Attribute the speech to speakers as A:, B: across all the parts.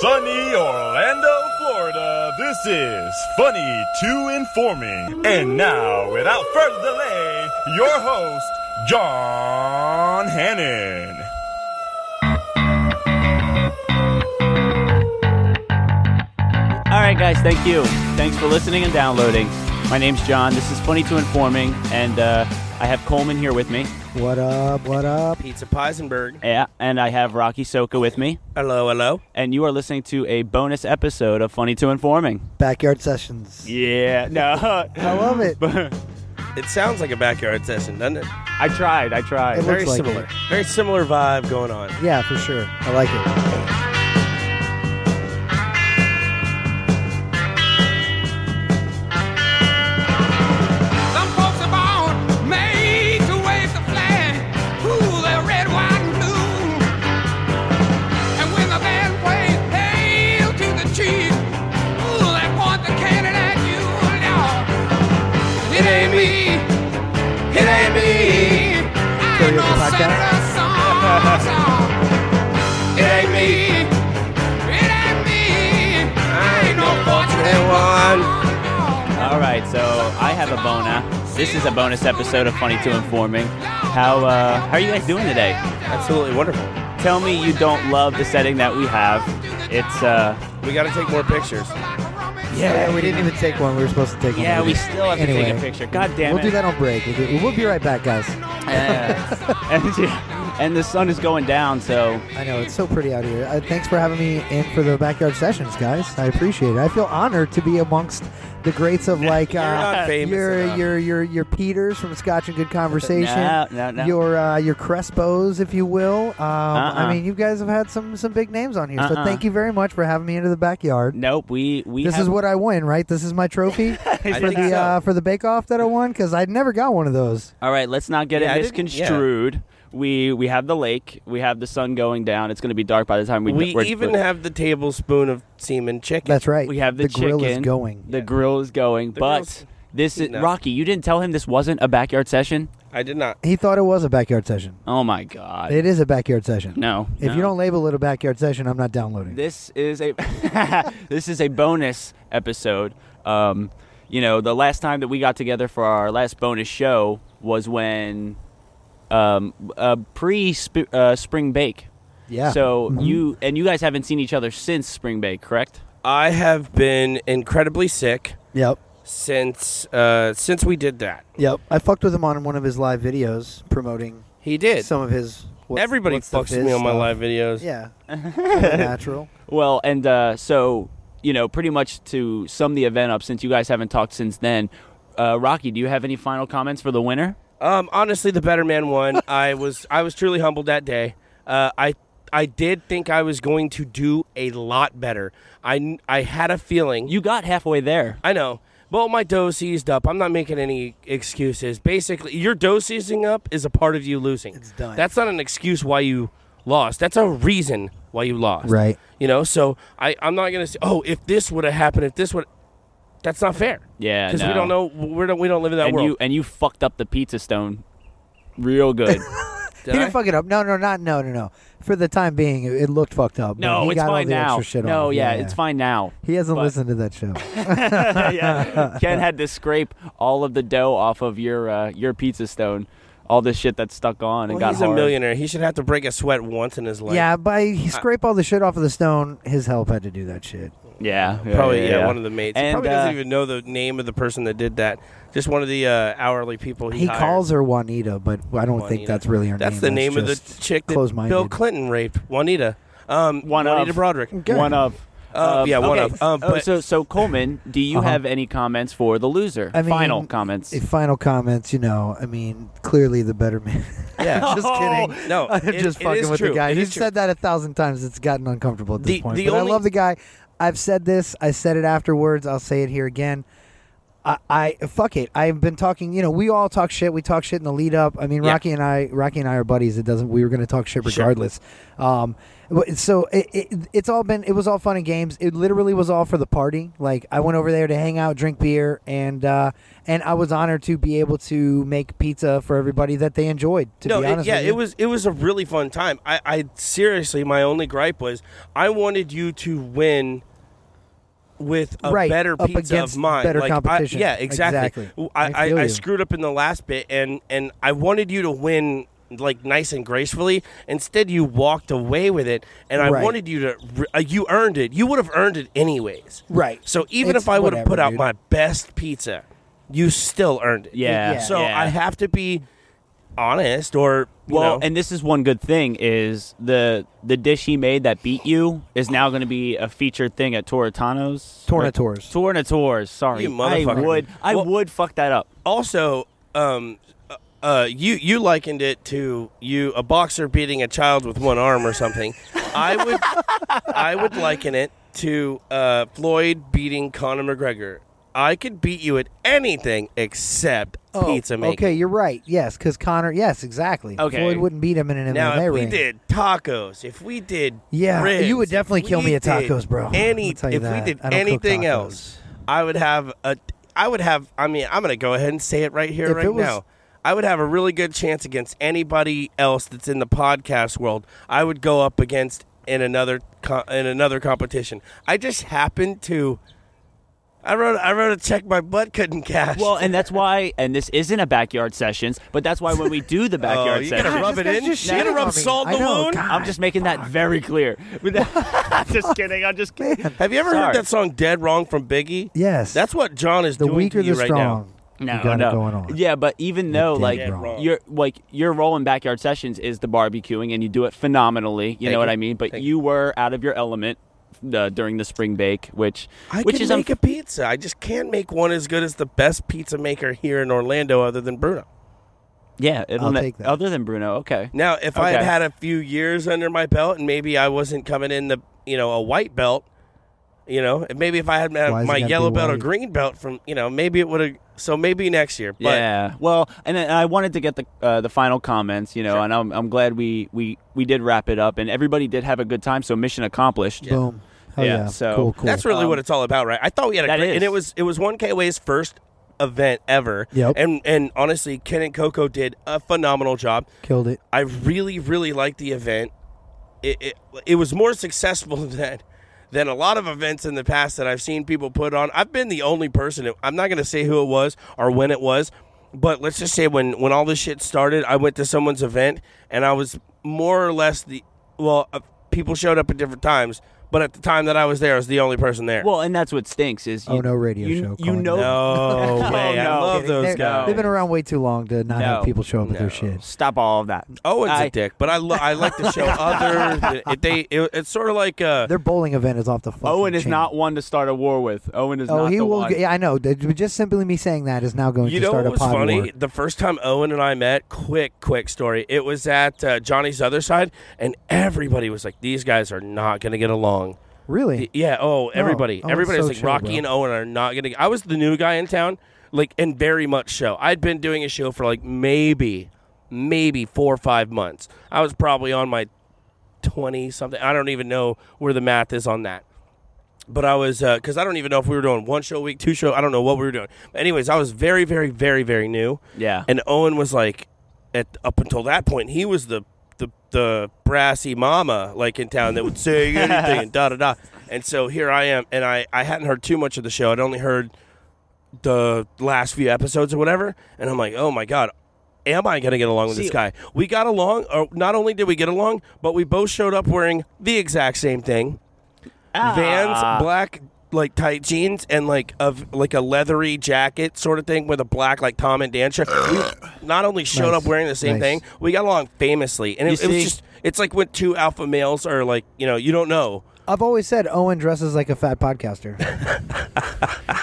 A: sunny Orlando, Florida, this is Funny to Informing. And now, without further delay, your host, John Hannon.
B: All right, guys, thank you. Thanks for listening and downloading. My name's John. This is Funny to Informing, and uh, I have Coleman here with me.
C: What up? What up?
D: Pizza Peisenberg.
B: Yeah, and I have Rocky Soka with me.
D: Hello, hello.
B: And you are listening to a bonus episode of Funny to Informing.
C: Backyard sessions.
B: Yeah, no.
C: I love it.
B: But
D: It sounds like a backyard session, doesn't it?
B: I tried, I
C: It
B: tried.
C: looks
D: Very
C: like
D: similar.
C: it.
D: Very similar vibe going on.
C: Yeah, for sure. I like it.
E: Some folks are born made to wave the flag, rule their red, white, and blue. And when the band plays "Hail to the Chief," ooh, they point the cannon at you. No, it ain't me. It ain't me. I ain't no
C: Karaoke podcast?
E: senator song. It ain't me. It ain't me. I ain't no fortunate
D: Everyone.
E: one.
B: All right, so I have a bona. This is a bonus episode of Funny to Informing. How, uh, how are you guys doing today?
D: Absolutely wonderful.
B: Tell me you don't love the setting that we have. It's, uh,
D: We got to take more pictures.
C: Yeah, we didn't even take one. We were supposed to take one.
B: yeah, we
C: didn't.
B: still have to take a
C: Anyway,
B: picture. God damn
C: We'll
B: it.
C: do that on break. We'll, do, we'll be right back, guys.
B: Yeah. and, yeah, and the sun is going down, so
C: I know it's so pretty out here. Uh, thanks for having me in for the backyard sessions, guys. I appreciate it. I feel honored to be amongst the greats of like uh,
D: not famous
C: your
D: enough.
C: your your your Peters from Scotch and Good Conversation.
B: No, no, no.
C: Your uh, your Crespos, if you will. Um,
B: Uh-uh.
C: I mean, you guys have had some some big names on here, so
B: Uh-uh.
C: thank you very much for having me into the backyard.
B: nope. We we
C: This
B: have,
C: is what I win, right? This is my trophy for
D: think
C: the
D: so.
C: uh, for the Bake Off that I won because I never got one of those.
B: All right, let's not get
D: Yeah,
B: it
D: I didn't- yeah.
B: misconstrued. We we have the lake. We have the sun going down. It's going to be dark by the time we
D: We
B: we're-
D: even have the tablespoon of semen chicken.
C: That's right.
B: we have the,
C: the grill is
B: chicken.
C: going.
B: The grill is going, but.
D: grill's-
B: this is
D: No.
B: Rocky. You didn't tell him this wasn't a backyard session.
D: I did not.
C: He thought it was a backyard session.
B: Oh my god!
C: It is a backyard session.
B: no.
C: If you
B: no.
C: don't label it a backyard session, I'm not downloading.
B: This is a this is a bonus episode. Um, you know, the last time that we got together for our last bonus show was when um, uh, pre sp- uh, spring bake.
C: yeah.
B: So you and you guys haven't seen each other since spring bake, correct?
D: I have been incredibly sick
C: Yep.
D: since uh, since we did that.
C: Yep. I fucked with him on one of his live videos promoting
D: He did.
C: some of his. What's,
D: Everybody
C: what's the
D: fucks with
C: Fizz
D: me on my
C: stuff.
D: live videos.
C: Yeah. natural.
B: Well, and uh, so you know, pretty much to sum the event up, since you guys haven't talked since then. Uh, Rocky, do you have any final comments for the winner?
D: Um, honestly, the better man won. I was I was truly humbled that day. Uh, I I did think I was going to do a lot better. I kn- I had a feeling.
B: You got halfway there.
D: I know. Well, my dose eased up. I'm not making any excuses. Basically, your dose easing up is a part of you losing.
C: It's done.
D: That's not an excuse why you lost. That's a reason why you lost.
C: Right.
D: You know. So I I'm not gonna say oh if this would have happened if this would. That's not fair.
B: Yeah,
D: Because
B: no.
D: we don't know. We don't. We don't live in that
B: and
D: world.
B: you and you fucked up the pizza stone real good.
D: Did
C: he
D: I?
C: didn't fuck it up. No, no, not no, no, no. For the time being, it, it looked fucked up. but
B: no,
C: he
B: it's
C: got all
B: fine
C: the
B: now.
C: Extra shit
B: no,
C: off.
B: yeah, it's fine now.
C: He hasn't
B: but-
C: listened to that show.
B: yeah. Ken had to scrape all of the dough off of your uh, your pizza stone, all the shit that stuck on and
D: Well,
B: got
D: he's
B: hard.
D: a millionaire. He should have to break a sweat once in his life.
C: yeah, but he scrape all the shit off of the stone. His help had to do that shit.
B: Yeah, yeah,
D: Probably, yeah,
B: yeah,
D: one of the mates.
B: And,
D: he probably doesn't
B: uh,
D: even know the name of the person that did that. Just one of the uh, hourly people he,
C: He
D: hired.
C: calls her Juanita, but I don't think
D: Juanita.
C: that's really her
D: That's
C: name.
D: the name of the
C: just
D: chick that
C: closed-minded.
D: Bill Clinton raped, Juanita. Um,
B: One
D: Juanita
B: of.
D: Broderick.
C: Okay.
B: One of.
D: Uh, yeah, one
B: okay.
D: of. Um,
B: Oh,
D: but-
B: so, so Coleman, do you
C: Uh-huh.
B: have any comments for the loser?
C: I mean,
B: Final comments.
C: Eh, Final comments, you know. I mean, clearly the better man.
D: Yeah.
C: just kidding.
D: Oh, No,
C: I'm
D: it-
C: just
D: it
C: fucking
D: is
C: with
D: true.
C: the guy.
D: It
C: He
D: is true.
C: said that a thousand times. It's gotten uncomfortable at this
D: The-
C: point.
D: the
C: but I
D: only-
C: love the guy. I've said this. I said it afterwards. I'll say it here again. I, I fuck it. I've been talking. You know, we all talk shit. We talk shit in the lead up. I mean,
D: Yeah.
C: Rocky and I, Rocky and I are buddies. It doesn't. We were going to talk shit regardless. Um, but- so it, it, it's all been. It was all fun and games. It literally was all for the party. Like I went over there to hang out, drink beer, and uh, and I was honored to be able to make pizza for everybody that they enjoyed. To
D: no,
C: be
D: it-
C: honest,
D: yeah,
C: with
D: it
C: you.
D: was it was a really fun time. I, I seriously, my only gripe was I wanted you to win with a
C: Right,
D: better
C: up
D: pizza
C: against
D: of mine.
C: better
D: Like, I-
C: competition.
D: yeah, exactly.
C: Exactly.
D: I,
C: I feel
D: I, I
C: you.
D: screwed up in the last bit, and and I wanted you to win like nice and gracefully. Instead, you walked away with it, and I
C: Right.
D: wanted you to. re- Uh, you earned it. You would have earned it anyways.
C: Right.
D: So even
C: It's
D: if I would
C: whatever,
D: have put out
C: dude.
D: my best pizza, you still earned it.
B: Yeah.
C: Yeah.
D: So
B: yeah.
D: I have to be honest or you
B: Well,
D: know.
B: and this is one good thing is the the dish he made that beat you is now going to be a featured thing at Torritano's.
C: Tornators.
B: Tornators. Sorry,
D: You
B: I
D: motherfucker.
B: would I
D: Well-
B: would fuck that up.
D: also um uh, uh you you likened it to you a boxer beating a child with one arm or something i would i would liken it to uh floyd beating conor mcgregor i could beat you at anything except pizza making
C: Oh, Okay, you're right. Yes, because Connor. Yes, exactly.
B: Okay.
C: Floyd wouldn't beat him in an
D: now
C: MMA
D: if we
C: ring.
D: did tacos if we did
C: Yeah,
D: ribs,
C: you would
D: if
C: definitely kill
D: we
C: me at
D: did
C: tacos, bro.
D: any
C: I'll
D: if
C: tell you that.
D: we did
C: I don't cook
D: anything
C: tacos.
D: else i would have a i would have i mean i'm gonna go ahead and say it right here
C: If
D: right
C: it was-
D: now i would have a really good chance against anybody else that's in the podcast world i would go up against in another co- in another competition i just happened to i wrote i wrote a check my butt couldn't cash
B: Well, and that's why, and this isn't a backyard sessions, but that's why when we do the backyard
D: Oh, you gotta
B: sessions,
D: rub
C: This
D: it
C: guy's
D: in.
C: just
D: You gotta
C: shitting on
D: rub
C: me.
D: salt in
C: I
D: the
C: know,
D: wound.
C: God.
B: I'm just making that very clear. just kidding. I'm just kidding.
D: have you ever heard
B: Sorry.
D: that song dead wrong from biggie
C: Yes.
D: that's what john is
C: the
D: doing
C: weaker
D: to you
C: the
D: right now
C: strong.
B: No,
C: you got
B: no.
C: it going on.
B: Yeah, but even though
C: dead
B: like
D: wrong.
B: your like your role in backyard sessions is the barbecuing, and you do it phenomenally. You
D: Thank
B: know what
D: you.
B: I mean. But
D: Thank
B: you were out of your element uh, during the spring bake, which
D: I
B: which
D: can
B: is um,
D: make
B: unf-
D: a pizza. I just can't make one as good as the best pizza maker here in Orlando, other than Bruno.
B: yeah. It'll
C: I'll
B: ne-
C: take that.
B: Other than Bruno, okay.
D: Now, if I had
B: Okay.
D: had a few years under my belt, and maybe I wasn't coming in the you know a white belt, you know, and maybe if I had
C: Why
D: my,
C: does it
D: my
C: gotta
D: yellow
C: be
D: belt or
C: white?
D: green belt from you know, maybe it would have. So maybe next year. But
B: yeah. Well, and then I wanted to get the uh, the final comments, you know,
D: Sure.
B: and I'm, I'm glad we, we we did wrap it up, and everybody did have a good time. So mission accomplished.
C: Boom. Hell
B: Yeah,
C: yeah.
B: so-
C: cool, cool.
D: That's really
B: Um,
D: what it's all about, right? I thought we had a
B: that
D: great,
B: is.
D: and it was it was one KOA's first event ever.
C: Yep.
D: And and honestly, Ken and Coco did a phenomenal job.
C: Killed it.
D: I really, really liked the event. It, it, it was more successful than than a lot of events in the past that I've seen people put on. I've been the only person. I'm not going to say who it was or when it was, but let's just say when when all this shit started, I went to someone's event and I was more or less the well. Uh, people showed up at different times, but at the time that I was there, I was the only person there.
B: Well, and that's what stinks is you,
C: Oh, no radio
B: you,
C: show
B: You
C: calling
B: know,
C: it.
D: no way! I
B: no.
D: love
B: Kidding.
D: those
C: They're-
D: guys.
C: They've been around way too long to not
B: No.
C: have people show up with
D: No.
C: their shit.
B: stop all of that.
D: Owen's a
B: I-
D: dick, but I, lo- I like to show other. It, they it, it's sort of like uh,
C: Their bowling event is off the fucking
B: Owen is
C: chain.
B: not one to start a war with. Owen is
C: Oh,
B: not
C: he
B: the
C: will.
B: one.
C: Get, yeah, I know. That- Just simply me saying that is now going
D: You
C: to
D: know
C: start
D: what
C: a
D: was
C: pod
D: funny?
C: war.
D: The first time Owen and I met, quick, quick story. It was at uh, Johnny's other side, and everybody was like, "These guys are not going to get along."
C: Really?
D: Yeah. Oh, everybody,
C: Owen's
D: everybody
C: so
D: was like,
C: chill,
D: "Rocky
C: bro.
D: and Owen are not going to." I was the new guy in town, like, and very much so. I'd been doing a show for like maybe, maybe four or five months. I was probably on my twenty something. I don't even know where the math is on that but I was because I don't even know if we were doing one show a week, two show. I don't know what we were doing. But anyways, I was very, very, very, very new.
B: Yeah.
D: And Owen was like, at up until that point, he was the the the brassy mama like in town that would say anything and da da da. And so here I am, and I I hadn't heard too much of the show. I'd only heard the last few episodes or whatever, and I'm like, oh my god. Am I going to get along with this
B: See-
D: guy? We got along, or not only did we get along, but we both showed up wearing the exact same thing.
B: Ah.
D: Vans, black like tight jeans and like of like a leathery jacket sort of thing with a black like Tom and Dan shirt. We not only showed
C: Nice.
D: up wearing the same
C: Nice.
D: thing, we got along famously, and it,
B: You
D: it was
B: see?
D: just it's like when two alpha males are like you know you don't know.
C: I've always said Owen dresses like a fat podcaster.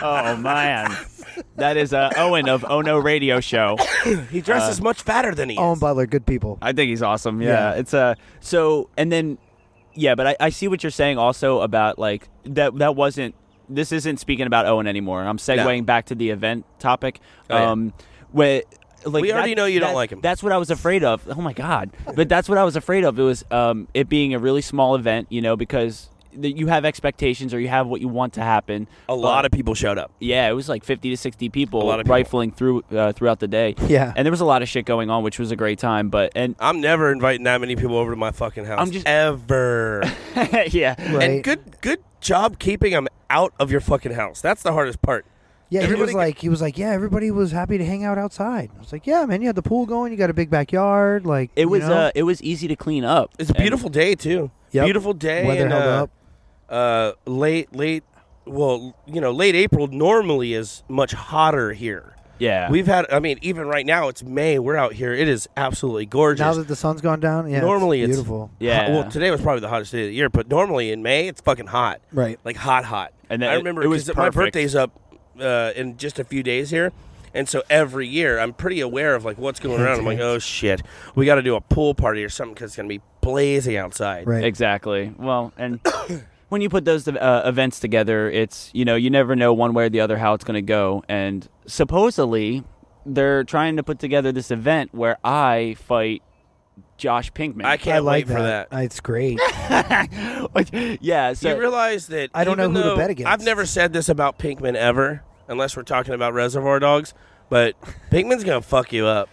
B: Oh man, that is uh, Owen of Oh No Radio Show.
D: He dresses
B: Uh,
D: much fatter than he
C: Owen
B: oh
D: is.
C: Butler, good people.
B: I think he's awesome. Yeah, it's uh, so and then yeah, but I, I see what you're saying also about like that that wasn't this isn't speaking about Owen anymore. I'm segueing back to the event topic.
D: Oh, yeah.
B: um, where, like,
D: We already
B: that-
D: know you don't
B: that-
D: like him.
B: That's what I was afraid of. Oh my god! but that's what I was afraid of. It was um, it being a really small event, you know, because th- you have expectations or you have what you want to happen.
D: A lot of people showed up.
B: Yeah, it was like 50 to 60 people
D: A lot of people.
B: rifling through uh, throughout the day.
C: Yeah.
B: And there was a lot of shit going on, which was a great time. But, and
D: I'm never inviting that many people over to my fucking house.
B: I'm just-
D: ever.
B: yeah.
C: Right.
D: And good, good job keeping them out of your fucking house. That's the hardest part.
C: Yeah, he
D: Everybody
C: was
D: got-
C: like, he was like, yeah, everybody was happy to hang out outside. I was like, yeah, man, you had the pool going, you got a big backyard, like
B: It
C: you
B: was
C: know,
B: uh, it was easy to clean up.
D: It's a
B: And-
D: beautiful day too.
C: Yep.
D: Beautiful day.
C: weather
D: and,
C: held
D: uh,
C: up.
D: Uh, late, late. Well, you know, late April normally is much hotter here.
B: yeah.
D: We've had. I mean, even right now it's May. We're out here. It is absolutely gorgeous.
C: Now that the sun's gone down, yeah,
D: normally it's
C: beautiful.
B: Yeah.
D: hot- Well, today was probably the hottest day of the year, but normally in May it's fucking hot.
C: Right.
D: Like hot, hot.
B: And
D: And
B: then
D: I
B: it-
D: remember
B: it was
D: 'cause my
B: perfect.
D: birthday's up uh, in just a few days here, and so every year I'm pretty aware of like what's going around. I'm like, oh shit, we got to do a pool party or something because it's gonna be blazing outside.
C: right.
B: Exactly. Well, and when you put those uh, events together, it's you know you never know one way or the other how it's going to go. And supposedly they're trying to put together this event where I fight Josh Pinkman.
D: I
C: I
D: can't
C: like
D: wait for that.
C: Uh, It's great.
B: can't. yeah. So
D: you realize that
C: I don't know
D: even
C: who to
D: though-
C: bet against.
D: I've never said this about Pinkman ever, unless we're talking about Reservoir Dogs. But Pinkman's gonna fuck you up.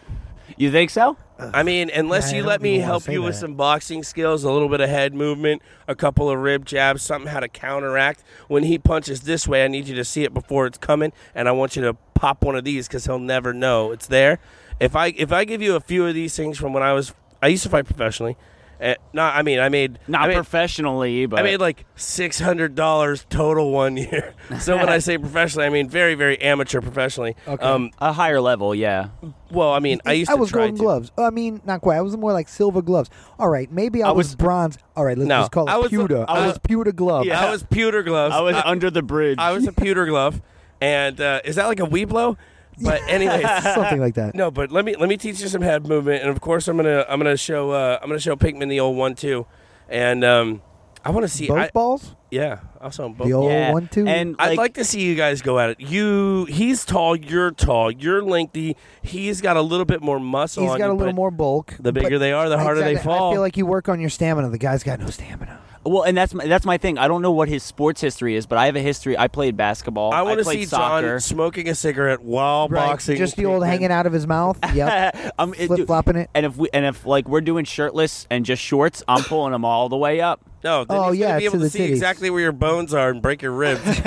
B: you think so?
D: I mean, unless
C: Yeah, I
D: you
C: don't
D: let me
C: even wanna
D: help
C: say
D: you with
C: that.
D: some boxing skills, a little bit of head movement, a couple of rib jabs, something how to counteract. When he punches this way, I need you to see it before it's coming, and I want you to pop one of these because he'll never know it's there. If I if I give you a few of these things from when I was I used to fight professionally, uh, not I mean I made
B: Not
D: I made,
B: professionally, but
D: I made like six hundred dollars total one year. So when I say professionally, I mean very very amateur professionally.
C: Okay.
D: Um,
B: a higher level. Yeah.
D: well, I mean I used to
C: was
D: try
C: golden
D: to.
C: gloves. I mean, not quite. I was more like silver gloves. All right, maybe I, was,
B: was-
C: bronze. All right, let's
D: No,
C: just call it
D: I was-
C: pewter.
D: I
C: I
D: was-
C: was pewter glove.
D: Yeah, I was pewter gloves.
B: I was
D: I-
B: under the bridge.
D: I was a pewter glove, and uh, is that like a weeblo? But anyways,
C: something like that.
D: no. But let me let me teach you some head movement, and of course I'm gonna I'm gonna show uh, I'm gonna show Pinkman the old one too, and um, I want to see
C: both
D: I,
C: balls.
D: yeah also both.
C: The old
B: yeah.
C: one too.
B: And
D: I'd like to see you guys go at it. You, he's tall, you're tall, you're lengthy. He's got a little bit more muscle.
C: he's
D: on
C: got
D: you,
C: a little
D: but
C: more bulk.
D: The
C: but-
D: bigger they are, the harder they
C: Exactly.
D: fall.
C: I feel like you work on your stamina. The guy's got no stamina.
B: Well, and that's my, that's my thing. I don't know what his sports history is, but I have a history. I played basketball.
D: I want to
B: played
D: see
B: soccer.
D: John smoking a cigarette while boxing.
C: Just the old
D: Pinkman.
C: hanging out of his mouth. Yep.
B: I'm it- dude,
C: Flip flopping it.
B: And if we and if like we're doing shirtless and just shorts, I'm pulling them all the way up.
D: No, then
C: Oh,
D: he's gonna
C: yeah,
D: be able
C: to
D: to,
C: the
D: see
C: titties.
D: exactly where your bones are and break your ribs.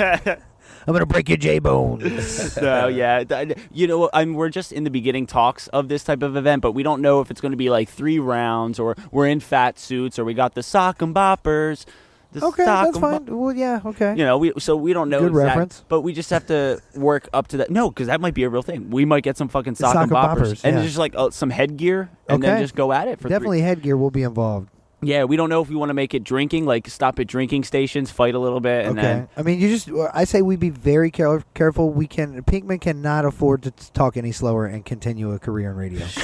C: I'm gonna break your J bone.
B: So yeah, th- you know, I'm we're just in the beginning talks of this type of event, but we don't know if it's going to be like three rounds or we're in fat suits or we got the sock and boppers. The
C: okay,
B: sock
C: that's
B: and bop-
C: fine. Well, yeah, okay.
B: you know, we so we don't know
C: Good
B: exact-
C: reference.
B: but we just have to work up to that. No, because that might be a real thing. We might get some fucking sock,
C: Sock
B: and
C: and
B: boppers,
C: boppers,
B: and
C: yeah.
B: just like uh, some headgear, and then
C: Okay.
B: just go at it for
C: Definitely headgear will be involved.
B: Three. Yeah, we don't know if we want to make it drinking, like stop at drinking stations, fight a little bit, and
C: okay.
B: then
C: I mean, you just. I say we be very care- careful. We can. Pinkman cannot afford to t- talk any slower and continue a career in radio.
B: that's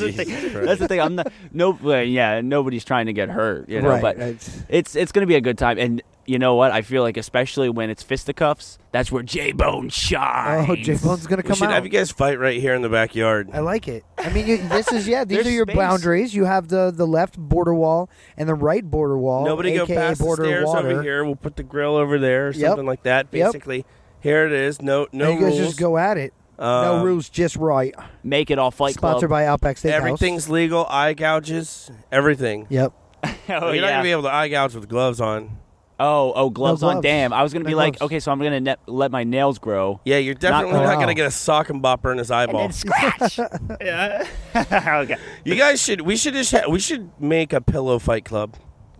B: the thing. That's the thing. I'm not. No, well, yeah, nobody's trying to get hurt, you know.
C: Right,
B: but
C: it's-
B: it's it's gonna be a good time, and you know what? I feel like especially when it's fisticuffs, that's where J Bone shines.
C: oh, J Bone's gonna
D: we
C: come
D: should
C: out.
D: have you guys fight right here in the backyard.
C: I like it. I mean, you, this is yeah. These
B: There's
C: are your
B: space.
C: boundaries. You have the the left border wall and the right border wall.
D: Nobody go
C: AKA
D: past the
C: border
D: stairs
C: water.
D: over here. We'll put the grill over there or
C: Yep.
D: something like that.
C: Yep.
D: Basically, here it is. No, no
C: and you guys
D: rules.
C: just go at it. no
D: Um,
C: rules, just right.
B: Make it all fight
C: Sponsored
B: club.
C: by Outback Steakhouse.
D: Everything's legal. Eye gouges. Everything.
C: Yep.
B: oh,
D: You're not
B: yeah.
D: gonna be able to eye gouge with gloves on.
B: oh, oh, gloves, on.
C: gloves.
B: Damn, I was gonna
C: No
B: be like,
C: gloves.
B: okay, so I'm gonna ne- let my nails grow.
D: Yeah, you're definitely not,
C: gonna-
D: gonna
C: Wow.
D: get a sock and bopper in his eyeball.
B: scratch. yeah. okay.
D: you guys should. We should just. Ha- we should make a pillow fight club.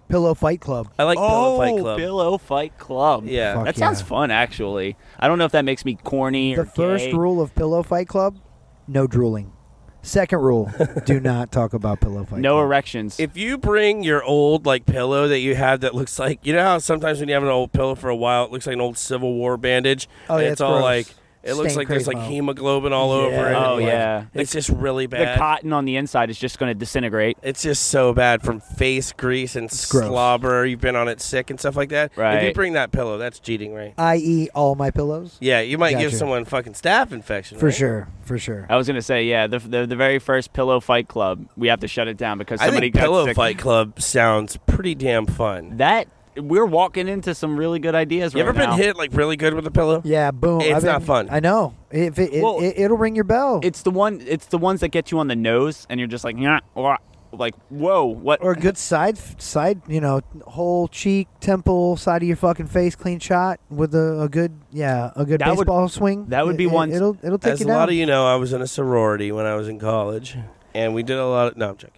C: Pillow Fight Club.
D: I like pillow
B: Oh,
D: fight club.
B: Pillow Fight Club.
D: Yeah. Fuck
B: that sounds
C: yeah.
B: fun. Actually, I don't know if that makes me corny or
C: The first
B: gay.
C: rule of Pillow Fight Club: no drooling. Second rule: do not talk about Pillow Fight.
B: No
C: Club.
B: erections.
D: If you bring your old like pillow that you have that looks like you know how sometimes when you have an old pillow for a while it looks like an old Civil War bandage.
C: Oh,
D: and
C: yeah,
D: it's
C: it's
D: all
C: gross.
D: like It looks
C: Stain
D: like there's like
C: Crazy Mo.
D: hemoglobin all over it.
C: Yeah.
B: Oh,
D: Like,
B: yeah.
D: It's just really
B: The
D: bad.
B: cotton on the inside is just going to disintegrate.
D: it's just so bad from face grease and
C: gross.
D: slobber. You've been on it sick and stuff like that. If you
B: Right.
D: bring that pillow, that's cheating, right?
C: I.e., E all my pillows.
D: Yeah, you might give
C: Gotcha.
D: someone fucking staph infection.
C: For
D: right?
C: sure, for sure.
B: I was going to say, yeah, the, the the very first Pillow Fight Club, we have to shut it down because
D: I
B: somebody
D: think
B: got
D: Pillow
B: sick.
D: Fight Club sounds pretty damn fun.
B: That we're walking into some really good ideas
D: You
B: right
D: ever
B: now.
D: been hit like really good with a pillow?
C: Yeah, boom.
D: It's
C: I've
D: not
C: been-
D: fun.
C: I know. If it, it,
B: Well-
C: it, it'll ring your bell.
B: It's the one. It's the ones that get you on the nose, and you're just like, yeah, or like, whoa, what?
C: or a good side side you know whole cheek temple side of your fucking face clean shot with a, a good yeah a good
B: That would-
C: baseball swing
B: that would be
C: It- it-
B: one-
C: it'll it'll take
D: As
C: you
D: a
C: down
D: lot of you know, I was in a sorority when I was in college, and we did a lot. Of, no, I'm joking.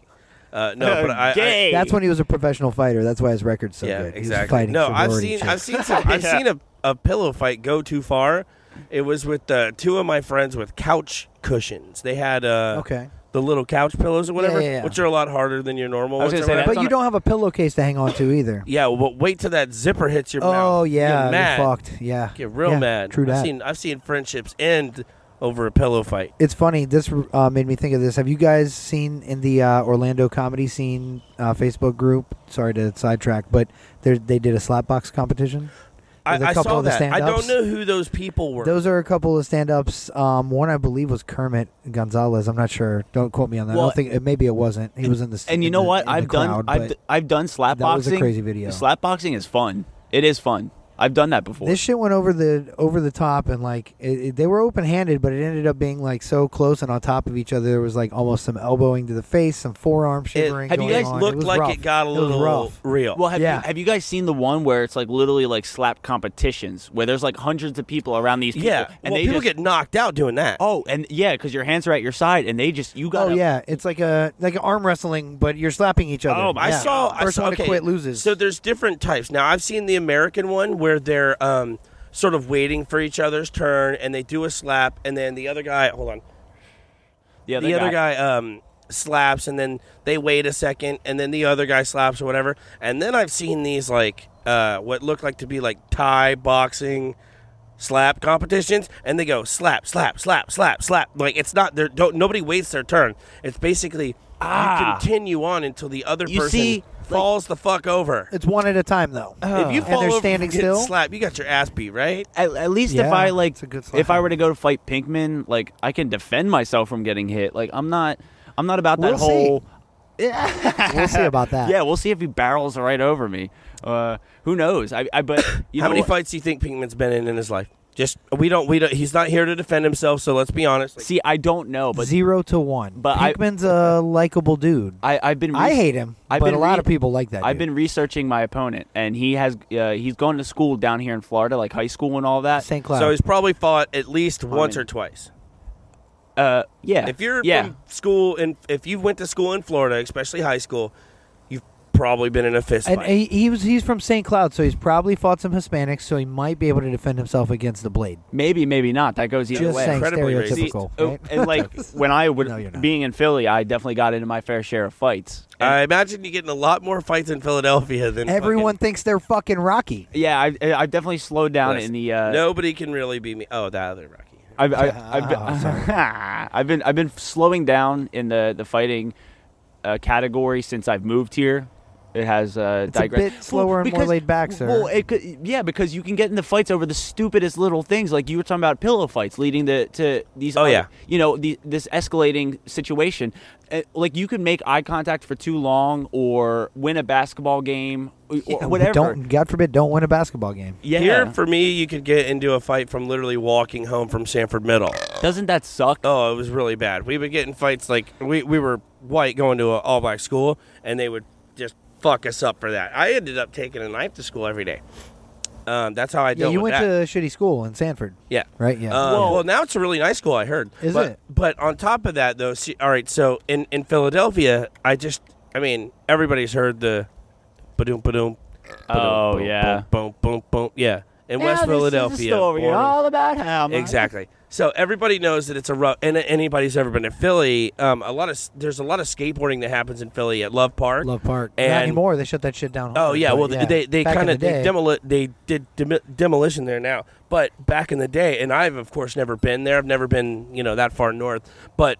D: Uh, no, but I- I,
B: Gay.
C: that's when he was a professional fighter that's why his record's so
D: yeah,
C: good He was
D: exactly.
C: fighting
D: No, I've
C: sorority
D: seen,
C: chicks.
D: I've seen, some, I've seen a, a pillow fight go too far. It was with uh, two of my friends with couch cushions. They had uh,
C: okay
D: the little couch pillows or whatever,
C: yeah, yeah.
D: which are a lot harder than your normal
B: I was gonna
D: ones. or
B: say
D: whatever.
B: that's
C: but
B: on
C: you
B: a-
C: don't have a pillowcase to hang on to either
D: Yeah, well, wait till that zipper hits your mouth.
C: oh yeah
D: Get
C: you're
D: mad.
C: fucked yeah
D: Get real
C: Yeah,
D: mad.
C: true
D: I've
C: that
D: seen I've seen friendships end over a pillow fight.
C: it's funny. This uh, made me think of this. Have you guys seen in the uh, Orlando comedy scene uh, Facebook group? Sorry to sidetrack, but there- they did a slapbox competition.
D: I,
C: There's a
D: I
C: couple
D: saw
C: of the
D: that. I don't
C: stand-ups.
D: know who those people were.
C: Those are a couple of stand-ups. Um, one I believe was Kermit Gonzalez. I'm not sure. Don't quote me on that. I
B: Well,
C: don't think it, maybe it wasn't. He was in the st-
B: and you
C: in
B: know
C: the-
B: what?
C: in the
B: I've done.
C: crowd,
B: I've
C: but
B: d- I've done slap
C: That was a
B: boxing.
C: crazy video.
B: Slap boxing is fun. It is fun. I've done that before.
C: this shit went over the over the top and like it, it- they were open-handed, but it ended up being like so close and on top of each other. There was like almost some elbowing to the face, some forearm shivering.
D: have
B: you
C: going
B: guys
C: on.
D: looked
C: was
D: like
C: rough.
D: it got a
C: was
D: little
C: rough.
D: real.
B: well, have
C: Yeah.
B: you have you guys seen the one where it's like literally like slap competitions where there's like hundreds of people around these people
D: yeah,
B: and
D: well,
B: they
D: people
B: just,
D: get knocked out doing that.
B: oh and yeah because your hands are at your side and they just you got
C: Oh yeah, it's like a like an arm wrestling, but you're slapping each other.
B: Oh,
D: I
C: Yeah.
D: saw. I
C: First
D: saw.
C: one
D: okay,
C: to quit loses.
D: So there's different types. Now I've seen the American one where they're um, sort of waiting for each other's turn, and they do a slap, and then the other guy. Hold on.
B: the other,
D: the other guy, um, slaps and then they wait a second and then the other guy slaps or whatever and then i've seen these like uh, what look like to be like thai boxing slap competitions and they go slap slap slap slap slap like it's not there don't nobody waits their turn it's basically
B: Ah.
D: you continue on until the other
B: You
D: person
B: see, Uh,
D: falls the fuck over
C: it's one at a time though.
D: if you
C: and
D: fall
C: they're
D: over
C: standing
D: and get
C: still?
D: slap you got your ass beat right
B: at, at least if
C: Yeah,
B: I like
C: it's a good
B: if
C: slap.
B: I were to go to fight Pinkman, like I can defend myself from getting hit. Like I'm not I'm not about that
C: We'll see.
B: whole
C: we'll see about that.
B: Yeah, we'll see if he barrels right over me. Uh, who knows? I, I but you
D: How
B: know
D: many
B: what?
D: fights do you think Pinkman's been in in his life? Just we don't we don't. He's not here to defend himself. So let's be honest. Like,
B: See, I don't know, but
C: zero to one.
B: but I-
C: Pinkman's a likable dude.
B: I I've been
C: I
B: res-
C: hate him,
B: I've
C: but
B: been
C: a lot
B: re-
C: of people like that.
B: I've
C: dude.
B: been researching my opponent, and he has uh, he's going to school down here in Florida, like high school and all that.
C: St. Cloud.
D: So he's probably fought at least once
B: mean-
D: or twice.
B: Uh, yeah.
D: If you're
B: yeah,
D: from school and if you went to school in Florida, especially high school, you've probably been in a fist
C: and
D: fight.
C: he, he was he's from St. Cloud, so he's probably fought some Hispanics, so he might be able to defend himself against the blade.
B: maybe maybe not. That goes either
C: Just
B: way.
C: saying,
D: incredibly racist.
C: stereotypical.
B: Oh,
C: right?
B: and like when I would
C: No, you're not.
B: being in Philly, I definitely got into my fair share of fights. And-
D: I imagine you get in a lot more fights in Philadelphia than
C: Everyone
D: fucking-
C: thinks they're fucking Rocky.
B: yeah, I I I've definitely slowed down in the. Uh,
D: Nobody can really beat me. Oh, that other Rocky.
B: I've I, I've, been,
C: Oh,
B: I've been I've been slowing down in the the fighting uh, category since I've moved here. It has uh,
C: It's a
B: digress-
C: bit slower and more laid back, sir.
B: Well, it could, yeah, because you can get into fights over the stupidest little things, like you were talking about pillow fights, leading to to these.
D: Oh, yeah.
B: you know the, this escalating situation. Uh, like you could make eye contact for too long, or win a basketball game, or, or
C: Yeah, we
B: whatever.
C: Don't God forbid, don't win a basketball game.
B: yeah,
D: Here for me, you could get into a fight from literally walking home from Sanford Middle.
B: doesn't that suck?
D: Oh, it was really bad. We would get in fights like we, we were white going to an all black school, and they would just fuck us up for that. I ended up taking a knife to school every day. Um, that's how I
C: Yeah,
D: dealt
C: you
D: with
C: went
D: that.
C: to shitty school in Sanford.
D: yeah,
C: Right, yeah.
D: Uh,
B: Well-
D: well, now it's a really nice school. I heard.
C: Is
D: but,
C: it?
D: But on top of that, though, see, all right. So in in Philadelphia, I just, I mean, everybody's heard the, ba doom ba doom.
B: Oh, yeah.
D: Boom boom boom. Yeah. in
B: Now
D: West
B: this is a
D: Philadelphia.
B: story
D: born in-
B: all about how my-
D: Exactly. So everybody knows that it's a rough. And anybody who's ever been to Philly, um, a lot of s- there's a lot of skateboarding that happens in Philly at Love Park.
C: Love Park.
D: And-
C: Not anymore. They shut that shit down.
D: Oh yeah,
C: But,
D: well they they
C: back in
D: kind
C: the
D: of they
C: day.
D: demoli- they did demi- demolition there now. But back in the day, and I've of course never been there. I've never been you know that far north. But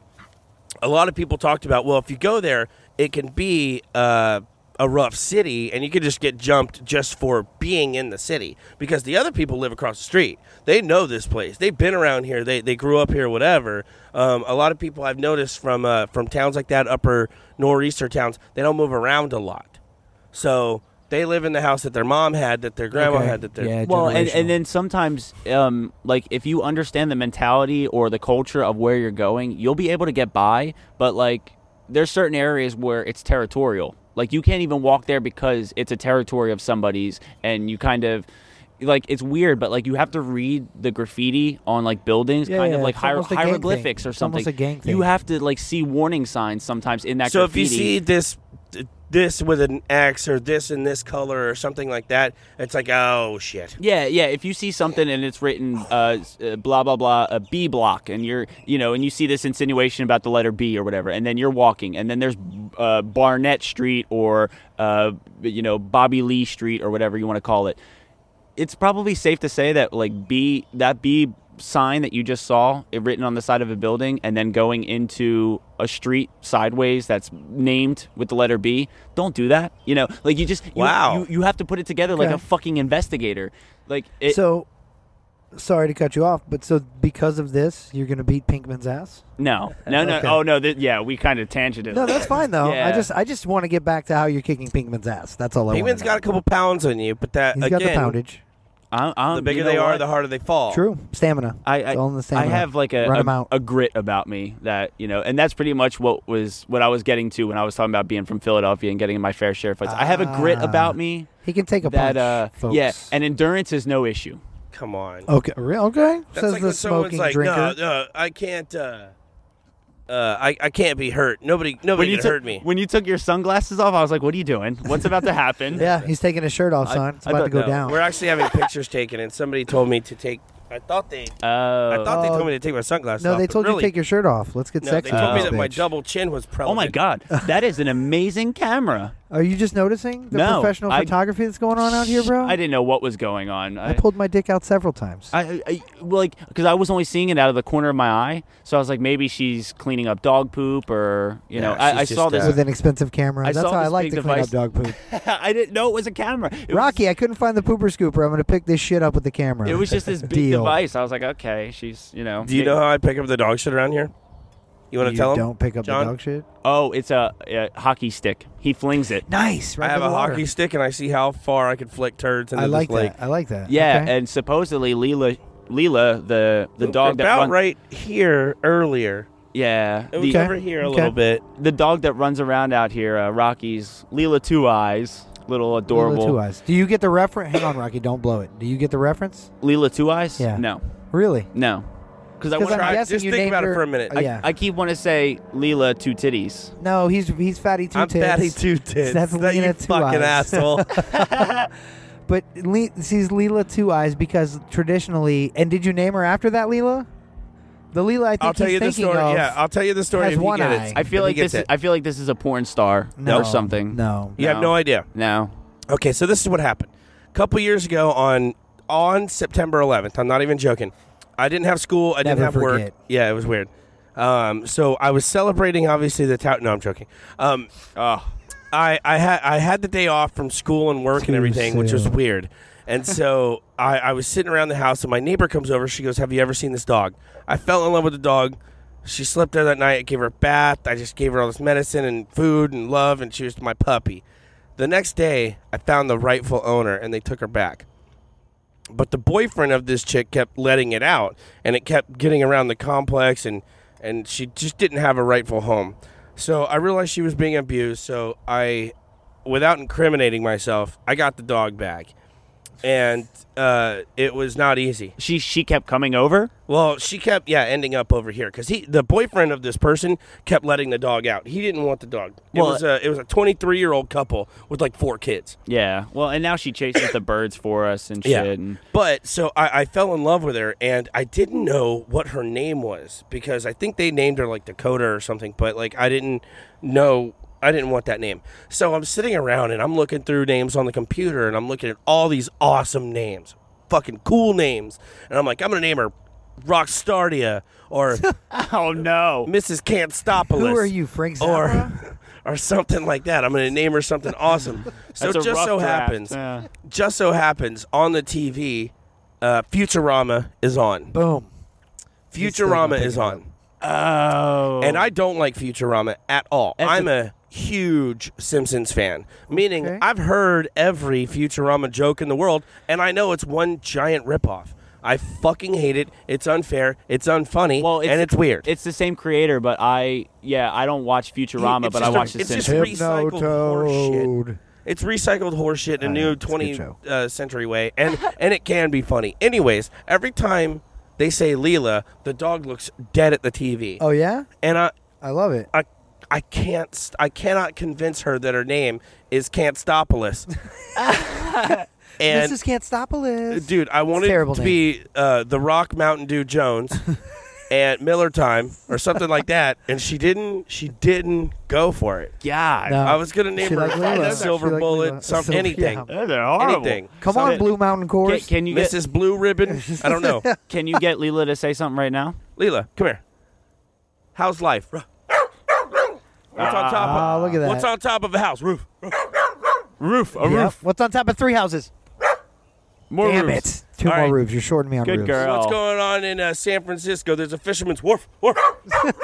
D: a lot of people talked about well, if you go there, it can be uh, a rough city, and you could just get jumped just for being in the city because the other people live across the street. They know this place. They've been around here. They they grew up here. Whatever. Um, a lot of people I've noticed from uh, from towns like that, upper nor'easter towns, they don't move around a lot. So they live in the house that their mom had, that their grandma
C: Okay.
D: had, that their
C: Yeah,
B: well and,
C: generational.
B: and then sometimes um, like if you understand the mentality or the culture of where you're going you'll be able to get by but like there's certain areas where it's territorial like you can't even walk there because it's a territory of somebody's and you kind of like it's weird but like you have to read the graffiti on like buildings
C: Yeah,
B: kind of
C: yeah,
B: like
C: it's
B: hier-
C: almost a gang thing.
B: hieroglyphics or
C: It's almost
B: something
C: a gang thing.
B: you have to like see warning signs sometimes in that
D: so if
B: graffiti
D: you see this this with an X or this in this color or something like that, it's like oh shit.
B: Yeah, yeah. If you see something and it's written uh, s- uh, blah blah blah a B block, and you're you know, and you see this insinuation about the letter B or whatever, and then you're walking, and then there's uh, Barnett Street or uh, you know Bobby Lee Street or whatever you want to call it. It's probably safe to say that like B that B sign that you just saw it written on the side of a building and then going into a street sideways that's named with the letter B. Don't do that. You know, like you just you-
D: Wow.
B: you, you have to put it together like
C: Okay.
B: a fucking investigator. Like it,
C: so, sorry to cut you off, but so because of this, you're gonna beat Pinkman's ass.
B: no, no, no.
C: Okay.
B: Oh no, th- yeah, we kind of tangented.
C: No, that's fine though. I
B: Yeah.
C: just I just want to get back to how you're kicking Pinkman's ass. That's all I want.
D: Pigment's got a couple pounds on you, but that
C: He's
D: again,
C: got the Um, poundage.
B: I'm, I'm,
D: the bigger
B: you know
D: they are,
B: what?
D: the harder they fall.
C: True. Stamina.
B: I
C: It's all in
B: I,
C: the stamina.
B: I have like a
C: run
B: a,
C: him out.
B: a grit about me that you know, and that's pretty much what was what I was getting to when I was talking about being from Philadelphia and getting in my fair share of fights. I have a grit
C: Ah.
B: about me
C: he can take a
B: that
C: punch.
B: uh,
C: folks.
B: yeah, and endurance is no issue.
D: Come on.
C: okay, real okay.
D: That's
C: Oh, Says
D: like
C: the
D: when someone's
C: smoking
D: like,
C: drinker.
D: no, no, I can't. Uh, uh, I, I can't be hurt. Nobody, nobody can
B: took,
D: hurt me.
B: when you took your sunglasses off, I was like, "What are you doing? What's about to happen?"
C: Yeah, he's taking his shirt off, son. it's
B: I
C: about
B: thought-
C: to go
B: no,
C: down.
D: We're actually having pictures taken, and somebody told me to take. I thought they,
B: Oh.
D: I thought they
C: Oh.
D: told me to take my sunglasses
C: no,
D: off.
C: they
D: but
C: told you
D: really,
C: to take your shirt off. Let's get
D: No, they
C: sexy.
D: told me
C: with
D: that
C: this
D: my
C: bitch.
D: double chin was
B: Oh
D: prevalent.
B: my god, that is an amazing camera.
C: Are you just noticing the
B: No,
C: professional
B: I-
C: photography that's going on out here, bro?
B: I didn't know what was going on.
C: I pulled my dick out several times.
B: I, I like because I was only seeing it out of the corner of my eye, so I was like, maybe she's cleaning up dog poop, or you know,
D: Yeah,
B: I, I
D: she's
B: saw
D: just,
B: this.
D: uh,
C: with an expensive camera.
B: I
C: That's
B: saw
C: how I
B: this
C: like
B: big
C: to clean
B: device.
C: up dog poop.
B: I didn't know it was a camera. It
C: uh, Rocky, I couldn't find the pooper scooper. I'm gonna pick this shit up with the camera.
B: was, it was just this big
C: Deal.
B: device. I was like, okay, she's you know.
D: Do you know how I pick up the dog shit around here? You want to
C: You
D: tell them?
C: don't pick up
D: John?
C: the dog shit.
B: Oh, it's a, a hockey stick. He flings it.
C: Nice.
D: I
C: Right
D: have
C: by
D: a
C: the water.
D: hockey stick, and I see how far I can flick turds into
C: I like
D: this lake.
C: that. I like that.
B: Yeah,
C: Okay.
B: and supposedly Leela, Leela, the the dog that
D: about
B: run-
D: right here earlier.
B: Yeah,
D: It was
B: the,
C: Okay.
D: over here a
C: Okay.
D: little bit.
B: the dog that runs around out here, uh, Rocky's Leela Two Eyes, little
C: Little
B: adorable
C: Two eyes. Do you get the reference? Hang on, Rocky. Don't blow it. Do you get the reference?
B: Leela Two Eyes.
C: Yeah.
B: No,
C: Really?
B: no, because I
C: Because
B: want
C: I'm
D: try-
C: guessing
D: just
C: you
D: think
C: named
D: about it
C: her-
D: for a minute.
C: uh,
D: I-
C: yeah.
B: I keep want to say Leela two titties.
C: no, he's he's fatty two
D: I'm
C: tits.
D: fatty two tits.
C: That's
D: That you
C: Lena Two
D: fucking
C: Eyes.
D: asshole.
C: But Le- she's Leela Two Eyes because traditionally. And did you name her after that, Leela? The Leela I think
D: I'll tell
C: he's
D: you the
C: thinking
D: story.
C: of.
D: Yeah, I'll tell you the story
C: has
D: if you
C: one
D: get
C: eye.
D: it.
B: I feel
D: If
B: like
D: he gets
B: this. Is,
D: it.
B: I feel like this is a porn star
C: no,
B: or something.
C: No.
D: you have no idea.
B: no.
D: Okay, so this is what happened. A couple years ago on on September 11th, I'm not even joking. I didn't have school. I didn't
C: Never
D: have work.
C: forget.
D: Yeah, it was weird. Um, so I was celebrating, obviously the town. No, I'm joking. Um,
B: Oh,
D: I, I had I had the day off from school and work
C: Too
D: and everything, which was
C: soon.
D: weird. And so I, I was sitting around the house and my neighbor comes over. She goes, Have you ever seen this dog? I fell in love with the dog. She slept there that night. I gave her a bath. I just gave her all this medicine and food and love, and she was my puppy. The next day, I found the rightful owner and they took her back. But the boyfriend of this chick kept letting it out and it kept getting around the complex, and, and she just didn't have a rightful home. So I realized she was being abused. So I, without incriminating myself, I got the dog back. and uh, it was not easy.
B: She she kept coming over.
D: Well, she kept yeah ending up over here because he the boyfriend of this person kept letting the dog out. He didn't want the dog. It
B: Well-
D: was a it was a 23 year old couple with like four kids.
B: Yeah. Well, and now she chases the birds for us and shit. And
D: But so I, I fell in love with her, and I didn't know what her name was because I think they named her like Dakota or something. But like I didn't know. I didn't want that name. So I'm sitting around and I'm looking through names on the computer and I'm looking at all these awesome names, fucking cool names. And I'm like, I'm going to name her Rockstardia or
B: oh no.
D: Mrs. Can't Stopopolis.
C: Who are you, Frank Zappa?
D: Or, or something like that. I'm going to name her something awesome. So
B: That's a
D: just
B: rough
D: so
B: draft.
D: happens,
B: Yeah.
D: just so happens on the TV, uh, Futurama is on.
C: Boom. still gonna
D: Futurama
C: pick
D: is
C: it up.
D: on,
B: Oh.
D: and I don't like Futurama at all.
B: That's
D: I'm a huge Simpsons fan, meaning
C: Okay.
D: I've heard every Futurama joke in the world, and I know it's one giant ripoff. I fucking hate it. It's unfair. It's unfunny.
B: Well,
D: and it's weird.
B: It's the same creator, but I yeah I don't watch Futurama,
D: It's
B: but I
D: just a-
B: watch The
D: it's just
B: Simpsons.
D: recycled horseshit.
C: Hypnotoad.
D: It's recycled horseshit in a new
C: it's a good
D: 20th
C: show.
D: uh, century way, and and it can be funny. Anyways, every time they say Leela, the dog looks dead at the TV,
C: Oh yeah,
D: and I,
C: I love it.
D: I, I can't, st- I cannot convince her that her name is Canstopolis. and
C: Mrs. Can't Stopopolis.
D: dude, I wanted
C: terrible
D: to be uh, the Rock Mountain Dew Jones. at Miller time or something like that, and she didn't. She didn't go for it.
B: yeah.
C: No.
D: I was gonna name
C: Oh. She
D: her
C: like Lila.
D: a
C: She
D: Silver
C: like
D: Bullet,
C: Lila.
D: some
C: Silver-
D: anything,
C: yeah.
B: They're horrible.
D: anything.
C: Come on, Blue
B: Can,
C: Mountain Course.
B: can you get
D: Mrs. Blue Ribbon. I don't know.
B: can you get Leela to say something right now?
D: Leela, come here. How's life? What's on top
C: Ah,
D: of
C: look at that.
D: What's on top of a house? Roof.
B: Roof. A
C: Yep.
B: roof.
C: What's on top of three houses?
B: More
C: Damn
B: roofs.
C: it! Two
D: All
C: more
D: right.
C: roofs. You're shorting me on
B: Good
C: roofs.
B: girl.
D: What's
B: Oh.
D: going on in uh, San Francisco? There's a fisherman's wharf. wharf.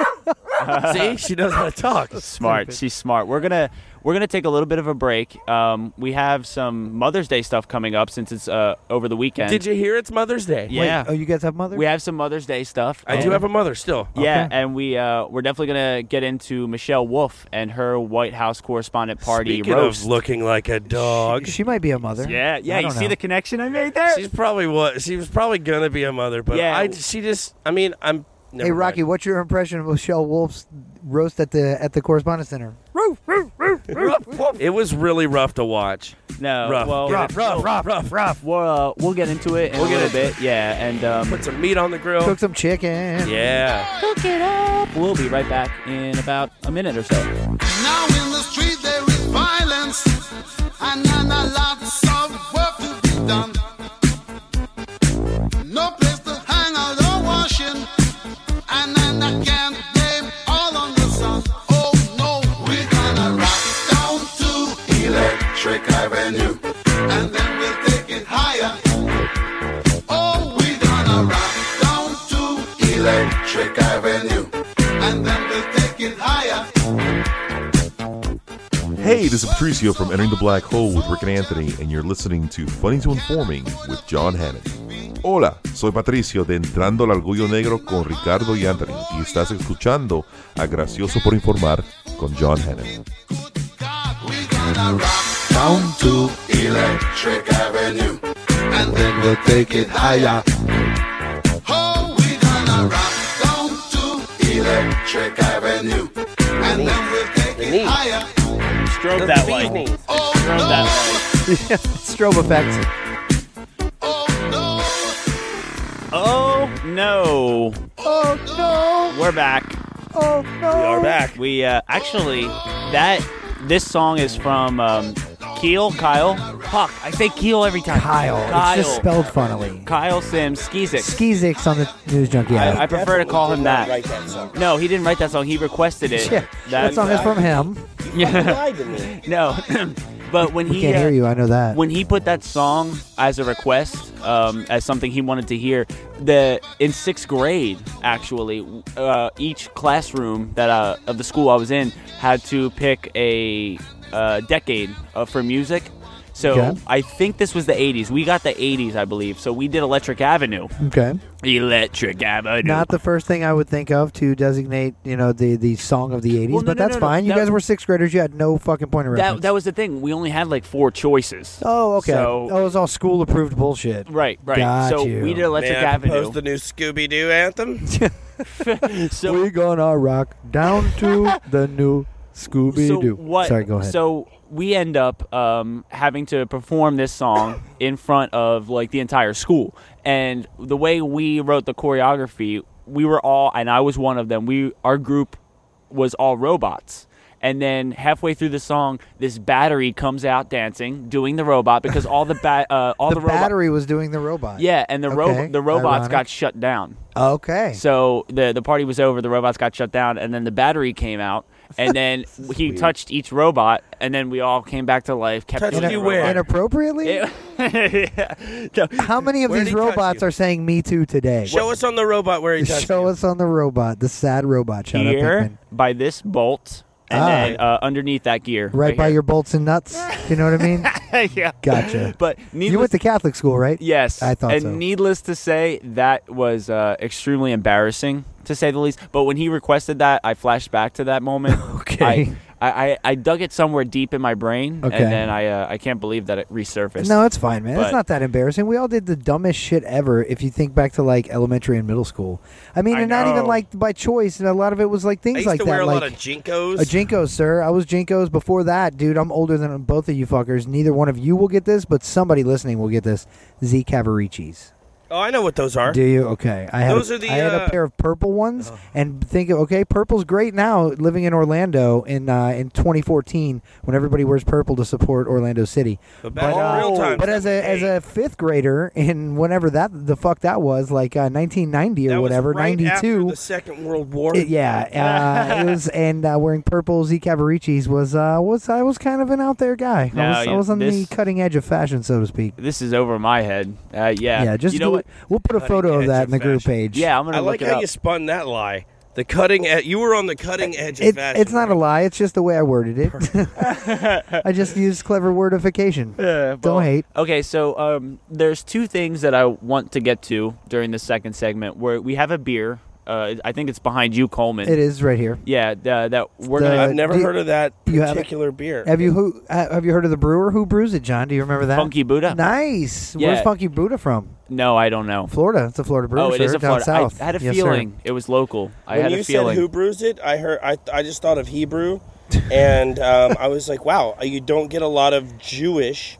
D: See, she knows how to talk.
B: Smart. She's smart. We're gonna we're gonna take a little bit of a break. Um, we have some Mother's Day stuff coming up since it's uh over the weekend.
D: Did you hear it's Mother's Day?
C: Wait,
B: Yeah.
C: oh, you guys have mother?
B: we have some Mother's Day stuff.
D: I do
B: and-
D: have a mother still.
B: Yeah,
C: Okay.
B: and we uh, we're definitely gonna get into Michelle Wolf and her White House correspondent party
D: Speaking
B: roast.
D: of looking like a dog,
C: She might be a mother.
B: yeah, yeah.
C: I
B: You
C: don't
B: see
C: know.
B: the connection I made there?
D: she's probably what she was probably gonna be a mother, but
B: Yeah.
D: I she just I mean I'm. Never
C: Hey
D: mind.
C: Rocky, what's your impression of Michelle Wolf's roast at the at the Correspondence Center?
D: It was really rough to watch.
B: no,
D: Rough.
B: well,
D: Rough, Uh, rough, rough, rough, rough.
B: We'll, uh, we'll get into it in
D: We'll
B: a
D: get
B: little bit. Yeah, and um,
D: Put some meat on the grill.
C: Cook some chicken.
D: Yeah.
B: we'll be right back in about a minute or so.
F: Now in the street there is violence and then a lots of work to be done. No place to hang out or washing, and then I can't blame all on the sun. Oh no, we're gonna rock down to Electric Avenue, and then we'll take it higher. Oh, we're gonna rock down to Electric Avenue, and then we'll take it higher.
G: Hey, this is Patricio from Entering the Black Hole with Rick and Anthony, and you're listening to Funny to Informing with John Hannon. Hola, soy Patricio de Entrando al Orgullo Negro con Ricardo y Anthony, y estás escuchando a Gracioso por Informar con John Hannon.
F: down to Electric Avenue, and then we'll take it higher. Oh, we gonna rock down to Electric Avenue, and then we'll take it
D: Neat.
F: higher.
B: Strobe that way.
D: Bees knees.
F: Oh no,
B: that
C: Strobe effects.
F: oh no.
B: Oh no,
C: Oh no!
B: we're back.
C: Oh no!
D: We are back.
B: We uh, actually that this song is from um, Keel Kyle. Fuck, I say Keel every time.
C: Kyle.
B: Kyle.
C: It's just spelled funnily.
B: Kyle Sims Skeezix.
C: Skeezix on the news junkie.
B: I, I
C: app.
B: prefer to call him that. No, he didn't write that song. He requested it.
C: yeah, that song is from him.
B: No, but when
C: We
B: he
C: can't
B: uh,
C: hear you. I know that.
B: when he put that song as a request, um, as something he wanted to hear, the in sixth grade actually, uh, each classroom that uh, of the school I was in had to pick a uh, decade uh, for music. So
C: Okay.
B: I think this was the 80s. We got the 80s, I believe. So we did Electric Avenue.
C: Okay.
B: Electric Avenue.
C: Not the first thing I would think of to designate, you know, the, the song of the 80s,
B: Well, no,
C: but
B: no,
C: that's
B: no, no.
C: fine. You
B: That-
C: guys were sixth graders. You had no fucking point of reference.
B: that, that was the thing. We only had like four choices.
C: oh, okay.
B: So-
C: oh, it was all school approved bullshit.
B: Right, right.
C: Got
B: so
C: you.
B: we did Electric
D: May I
B: Avenue.
D: propose the new Scooby Doo anthem?
B: so
C: we gonna rock down to the new Scooby
B: so
C: Doo.
B: what?
C: Sorry, go ahead.
B: So we end up um, having to perform this song in front of like the entire school, and the way we wrote the choreography, we were all, and I was one of them. We our group was all robots. And then halfway through the song, this battery comes out dancing, doing the robot because all the ba- uh, all
C: the,
B: the, robo-
C: battery was doing the robot.
B: yeah, and the
C: Okay,
B: ro- the robots
C: ironic.
B: got shut down.
C: Okay.
B: So the the party was over. The robots got shut down, and then the battery came out, and then he touched each robot, and then we all came back to life. Kept
D: Touched
B: doing
D: you
B: the
D: where?
B: robot.
C: Inappropriately?
B: Yeah. No.
C: How many of
D: Where'd
C: these
D: he touch
C: robots
D: you?
C: are saying "Me Too" today?
D: Show us on the robot where he touched
C: Show
D: you.
C: us on the robot, the sad robot. Shut up,
B: Here
C: Pinkman.
B: by this bolt, and
C: Ah.
B: then uh, underneath that gear,
C: Right by your bolts and nuts. You know what I mean?
B: your yeah.
C: Gotcha.
B: But
C: you
B: needless,
C: went to Catholic school, right?
B: yes,
C: I thought
B: and
C: so.
B: needless to say, that was uh, extremely embarrassing to say the least. But when he requested that, I flashed back to that moment.
C: Okay.
B: I, I, I- I dug it somewhere deep in my brain,
C: Okay.
B: and then I uh, I can't believe that it resurfaced.
C: No, it's fine, man. it's
B: But-
C: not that embarrassing. We all did the dumbest shit ever. If you think back to like elementary and middle school, I mean,
B: I
C: and not even
B: know.
C: like by choice. And a lot of it was like
D: I
C: things
D: used
C: like
D: to
C: that,
D: wear a
C: like
D: lot of jinkos.
C: a Jinkos, sir. I was Jinkos before that, dude. I'm older than both of you fuckers. Neither one of you will get this, but somebody listening will get this. Z Cavaricis.
D: oh, I know what those are.
C: Do you? Okay. I had,
D: Those
C: a,
D: are the,
C: I had a
D: uh,
C: pair of purple ones and think of, okay, purple's great now living in Orlando in uh, in 2014 when everybody wears purple to support Orlando City.
D: But back in
C: uh,
D: real times,
C: but
D: that
C: as a as
D: was
C: a
D: eight.
C: 5th grader in whenever that the fuck that was like uh, 1990 or
D: That was
C: whatever,
D: right
C: 92.
D: after the Second World War.
C: It- yeah, uh, it was, and uh, wearing purple Z Cavaricis was uh, was I was kind of an out there guy.
B: No,
C: I was, I
B: you-
C: was on
B: this-
C: the cutting edge of fashion, so to speak.
B: This is over my head. Uh, yeah.
C: Yeah, just
B: you know
C: do
B: what?
C: it. We'll put a
D: Cutting
C: photo
D: edge
C: of that
D: of
C: in the group
D: fashion.
C: page.
B: Yeah, I'm gonna
D: I
B: look
D: like
B: it
D: how
B: up.
D: you spun that lie. The cutting edge. You were on the cutting edge of
C: It,
D: fashion.
C: it's not a lie. It's just the way I worded it. I just used clever wordification.
D: uh,
B: Yeah,
C: Don't hate.
B: Okay, so um, there's two things that I want to get to during the second segment where we have a beer. Uh, I think it's behind you, Coleman.
C: It is right here.
B: Yeah, uh, that we're
C: The-
B: gonna
D: I've never
C: do you-
D: heard of that
C: you have it?
D: particular beer.
C: Have you who ha- have you heard of the brewer who brews it, John? Do you remember that?
B: Funky Buddha.
C: Nice. Where's
B: Yeah.
C: Funky Buddha from?
B: no, I don't know.
C: Florida. It's a Florida brewer.
B: oh, it
C: sir,
B: is a
C: down
B: Florida.
C: south.
B: I had a
C: Yes, sir.
B: feeling it was local. I
D: when
B: had
D: you
B: a feeling.
D: said who brews it, I heard. I, I just thought of Hebrew, and um, I was like, wow, you don't get a lot of Jewish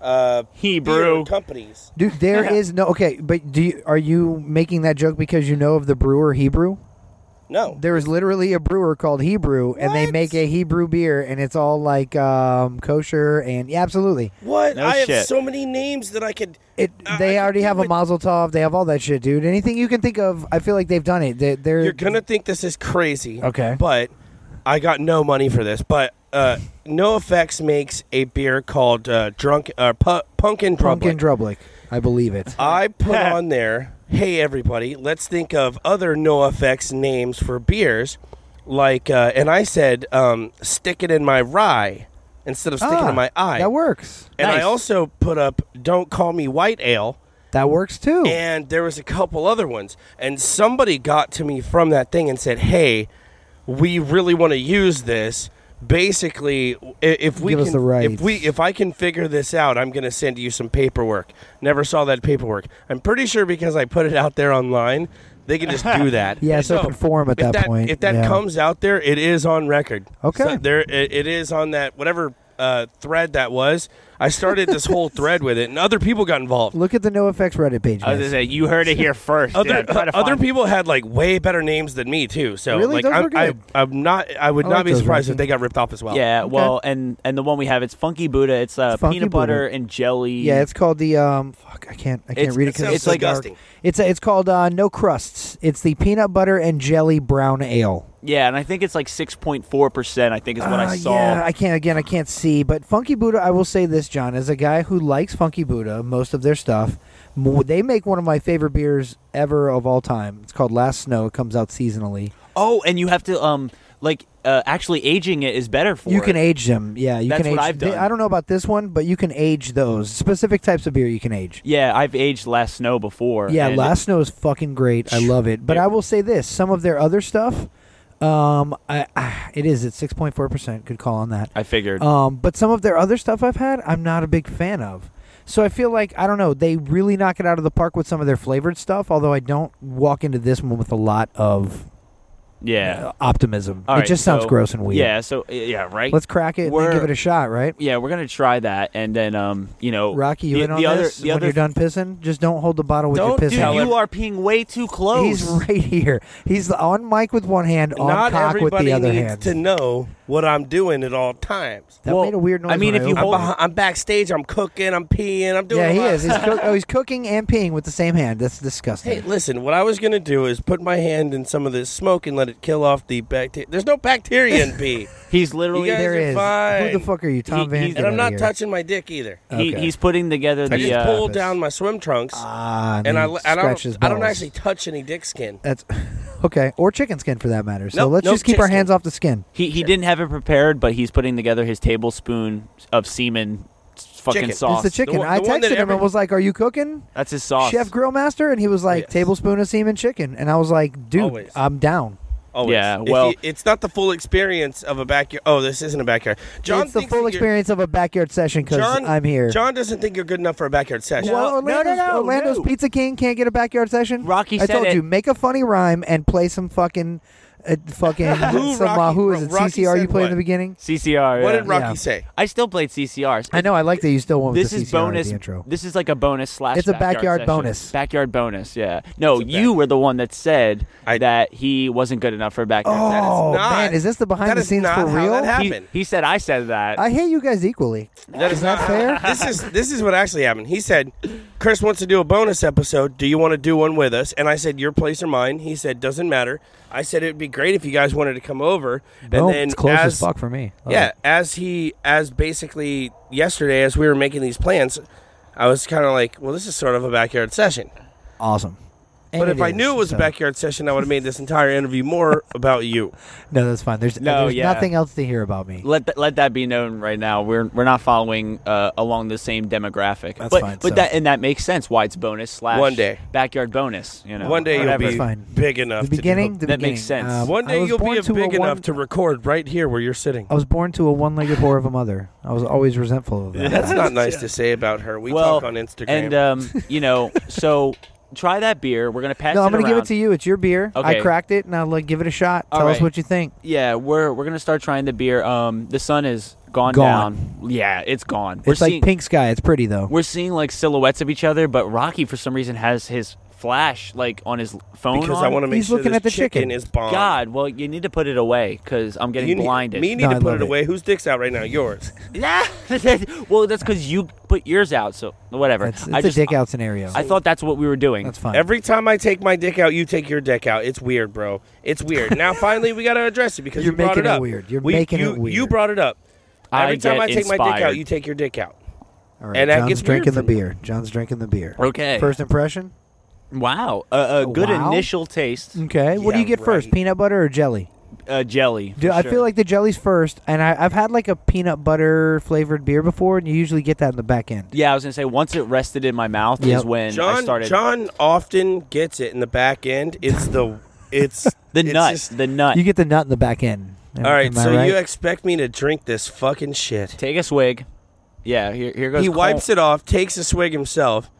D: uh,
B: Hebrew.
D: beer companies.
C: Dude, there is no okay, but do you, are you making that joke because you know of the brewer Hebrew?
D: No,
C: There is literally a brewer called Hebrew, and they
D: What?
C: make a Hebrew beer, and it's all like um, kosher and yeah, absolutely.
D: what?
B: No
D: I have
B: shit.
D: so many names that I could.
C: It
D: I- I
C: they
D: could
C: already have
D: do
C: a
D: it.
C: Mazel Tov, they have all that shit, dude. Anything you can think of, I feel like they've done it. They, they're
D: You're gonna think this is crazy.
C: Okay.
D: But I got no money for this. But uh, No Effects makes a beer called uh, Drunk uh, pu- Pumpkin
C: pumpkin
D: Drublick.
C: drublick. I believe it.
D: I put on there, hey everybody, let's think of other No Effects names for beers, like, uh, and I said, um, stick it in my rye instead of sticking
C: Ah,
D: in my eye.
C: That works.
D: And I
B: Nice.
D: also put up, don't call me white ale.
C: That works too.
D: and there was a couple other ones and somebody got to me from that thing and said hey we really want to use this basically i- if we
C: Give us
D: can,
C: the rights.
D: if we if i can figure this out i'm going to send you some paperwork never saw that paperwork i'm pretty sure because i put it out there online they can just do that
C: Yeah, it's open forum at
D: if
C: that point,
D: if that
C: yeah.
D: comes out there it is on record
C: Okay.
D: So there it, it is on that whatever uh, thread that was i started this whole thread with it and other people got involved
C: Look at the No Effects Reddit page.
B: I was
C: guys.
B: gonna say you heard it here first.
D: other
B: Yeah, try to
D: uh, other
B: find-
D: people had like way better names than me too. So
C: Really?
D: like
C: Those
D: I'm,
C: were good.
D: I, I'm not I would
C: I
D: not
C: like
D: be
C: those
D: surprised if
C: rankings.
D: they got ripped off as well.
B: Yeah, well, and and the one we have it's Funky Buddha. It's uh,
C: It's Funky
B: peanut butter
C: Buddha.
B: and jelly.
C: Yeah, it's called the um. Fuck, I can't. I can't
B: It's-
C: read it
D: it sounds
C: because it's like
D: disgusting.
C: It's a, it's called uh, no crusts. It's the peanut butter and jelly brown ale.
B: yeah, and I think it's like six point four percent. I think is what
C: Uh,
B: I saw.
C: Yeah, I can't again. I can't see, but Funky Buddha. I will say this, John, as a guy who likes Funky Buddha, most of their stuff. mo- They make one of my favorite beers ever of all time. It's called Last Snow. It comes out seasonally.
B: Oh, and you have to um like uh, actually aging it is better for
C: You
B: it.
C: can age them. Yeah, you
B: That's
C: can age.
B: what I've
C: they-
B: done.
C: I don't know about this one, but you can age those specific types of beer. You can age.
B: Yeah, I've aged last snow before.
C: Yeah,
B: and
C: last snow is fucking great. I love it. But I will say this: some of their other stuff, um, I, ah, it is at six point four percent. Good call on that.
B: I figured.
C: Um, but some of their other stuff I've had, I'm not a big fan of. So I feel like I don't know. They really knock it out of the park with some of their flavored stuff. Although I don't walk into this one with a lot of
B: yeah.
C: uh, optimism.
B: All
C: it
B: right,
C: just sounds
B: so-
C: gross and weird.
B: Yeah. So yeah, right.
C: Let's crack it and then
B: We're-
C: give it a shot, right?
B: yeah, we're gonna try that, and then um, you know,
C: Rocky, you
B: the,
C: in on
B: the other,
C: this?
B: The
C: when
B: other
C: you're done pissing, just don't hold the bottle with
B: Don't,
C: your piss.
B: dude,
C: out.
B: you are peeing way too close.
C: He's right here. He's on mic with one hand, on
D: Not
C: cock with
D: everybody
C: the other
D: needs
C: hand.
D: to know what I'm doing at all times.
C: that
B: Well,
C: made a weird noise.
B: I mean,
C: when
B: if you
D: I'm,
C: opened
B: hold-
C: it.
D: behi- I'm backstage. I'm cooking. I'm peeing. I'm doing.
C: yeah,
D: a
C: he
D: lot.
C: is. He's cook- oh, he's cooking and peeing with the same hand. That's disgusting.
D: Hey, listen. What I was gonna do is put my hand in some of this smoke and let it kill off the bacteria. There's no bacteria in pee,
B: He's literally
D: You guys
C: there
D: are
C: is.
D: fine.
C: Who the fuck are you, Tom
B: He-
C: Van?
B: he's-
C: Get
D: and I'm
C: outta
D: not
C: here.
D: touching my dick either.
B: he,
C: Okay.
B: he's putting together
D: I
B: the
D: just
B: uh,
D: pull down my swim trunks,
C: Ah,
D: and I
C: he
D: l- and I
C: scratched his
D: don't, I don't
C: balls.
D: actually touch any dick skin.
C: That's okay, or chicken skin for that matter. So
D: Nope,
C: let's
D: nope,
C: just keep our
D: chicken.
C: hands off the skin.
B: he he didn't have it prepared, but he's putting together his tablespoon of semen s- fucking
D: Chicken. It's the
B: sauce.
C: It's the chicken.
D: one-
C: I
D: the one that
C: texted him
D: every-
C: and was like, "Are you cooking?"
B: That's his sauce.
C: Chef Grill Master, and he was like,
D: Yes.
C: "Tablespoon of semen chicken," and I was like, "Dude,
D: Always.
C: I'm down."
D: Always.
B: Yeah,
D: Oh, If
B: well-
D: you- it's not the full experience of a backyard. Oh, this isn't a backyard. John
C: it's the
D: thinks that
C: full
D: you're-
C: experience of a backyard session because
D: John,
C: I'm here.
D: John doesn't think you're good enough for a backyard session.
C: well,
B: No, no, no,
C: Orlando's,
B: no,
C: Orlando's
B: no.
C: Pizza King can't get a backyard session.
B: Rocky
C: I
B: said
C: told
B: it.
C: you, make a funny rhyme and play some fucking, uh, fucking
D: Who,
C: some uh,
D: Rocky-
C: who is it?
D: Rocky
C: CCR you
D: said
C: played in
D: what?
C: the beginning.
B: CCR.
D: what
B: yeah.
D: did Rocky
C: Yeah.
D: say?
B: I still played CCR.
C: I know. I like that you still went with
B: This
C: the
B: is
C: CCR at
B: bonus.
C: The intro.
B: This is like a bonus slash.
C: It's a backyard
B: session.
C: bonus.
B: Backyard bonus. Yeah. No,
D: a
B: you were the one that said
D: I-
B: that he wasn't good enough for a backyard. session.
C: Oh
D: not-
C: man, is this the behind
D: that
C: the
D: is
C: scenes
D: not
C: for
D: how
C: real?
D: that happened.
B: He, he said I said that.
C: I hate you guys equally.
D: That is
C: that
D: not
C: fair?
D: This is this is what actually happened. He said, "Chris wants to do a bonus episode. Do you want to do one with us?" And I said, "Your place or mine." He said, "Doesn't matter." I said, "It'd be great if you guys wanted to come over."
C: Boom,
D: and then
C: it's close
D: as
C: as fuck for me. Love
D: yeah,
C: it.
D: as he as basically yesterday as we were making these plans, I was kind of like, "Well, this is sort of a backyard session."
C: awesome. And
D: But if I
C: is,
D: knew it was
C: so-
D: a backyard session, I would have made this entire interview more about you.
C: no, that's fine. There's,
B: No,
C: there's
B: yeah.
C: nothing else to hear about me.
B: let th- let that be known right now. We're we're not following uh, along the same demographic.
C: That's
B: but
C: fine,
B: but
C: so-
B: that and that makes sense. Why it's bonus slash
D: One day.
B: backyard bonus. You know,
D: One day you'll
B: whatever.
D: be
C: That's fine.
D: big enough.
C: The beginning,
D: To
C: the
B: That
C: beginning.
B: makes sense.
D: do-
C: Um,
D: one
C: I
D: day
C: was
D: you'll
C: born
D: be a
C: to
D: big
C: one- Oh,
D: enough to record right here where you're sitting.
C: I was born to a one-legged whore of a mother. I was always resentful of that.
D: That's not nice to say about her. We
B: well
D: talk on Instagram.
B: and
C: uh,
B: um, you know, so try that beer. We're gonna pass.
C: No,
B: it
C: I'm gonna give
B: around.
C: it to you. It's your beer. I
B: Okay.
C: cracked it. Now like, give it a shot.
B: All
C: Tell us
B: right.
C: what you think.
B: Yeah, we're we're gonna start trying the beer. Um, the sun is gone,
C: Gone.
B: down. Yeah, it's gone.
C: It's
B: we're
C: like
B: seeing,
C: pink sky. It's pretty though.
B: We're seeing like silhouettes of each other, but Rocky for some reason has his flash like on his phone.
D: because
B: on.
D: I want to make
C: He's
D: sure
C: looking
D: this
C: at the
D: chicken,
C: chicken.
D: is bomb.
B: God, well, you need to put it away because I'm getting
D: you need,
B: blinded.
D: Me need
C: No, I
D: to put
C: love
D: it
C: it.
D: away. Whose dick's out right now? Yours.
B: Yeah. well, that's because you put yours out, so whatever.
C: It's, it's
B: I
C: a
B: just,
C: dick out scenario.
B: I thought that's what we were doing.
C: That's fine.
D: Every time I take my dick out, you take your dick out. It's weird, bro. It's weird. now finally, we gotta address it because
C: You're
D: you brought
C: making
D: it
C: it
D: up.
C: weird. You're
D: We-
C: making
D: you,
C: it weird.
D: You brought it up.
B: I
D: Every time
B: get
D: I take my dick
B: inspired.
D: out, you take your dick out.
C: All right,
D: and that
C: John's
D: gets weird
C: drinking the
D: for me.
C: beer. John's drinking the beer.
B: Okay.
C: First impression.
B: wow, a, a good
C: Wow. Mm.
B: initial taste.
C: Okay. what do
D: Yeah,
C: you get first?
D: right.
C: Peanut butter or jelly?
B: Uh, jelly.
C: Dude,
B: for
C: I
B: sure.
C: feel like the jelly's first, and I, I've had like a peanut butter flavored beer before, and you usually get that in the back end.
B: Yeah, I was gonna say once it rested in my mouth
C: Yep.
B: is when I
D: John
B: started
D: John often gets it in the back end. It's the it's
B: the
D: it's
B: nut.
D: just-
B: the nut.
C: You get the nut in the back end. Am-
D: all right,
C: am I
D: so you expect me to drink this fucking shit?
B: take a swig. Yeah, here, here goes.
D: He wipes it off, takes a swig himself,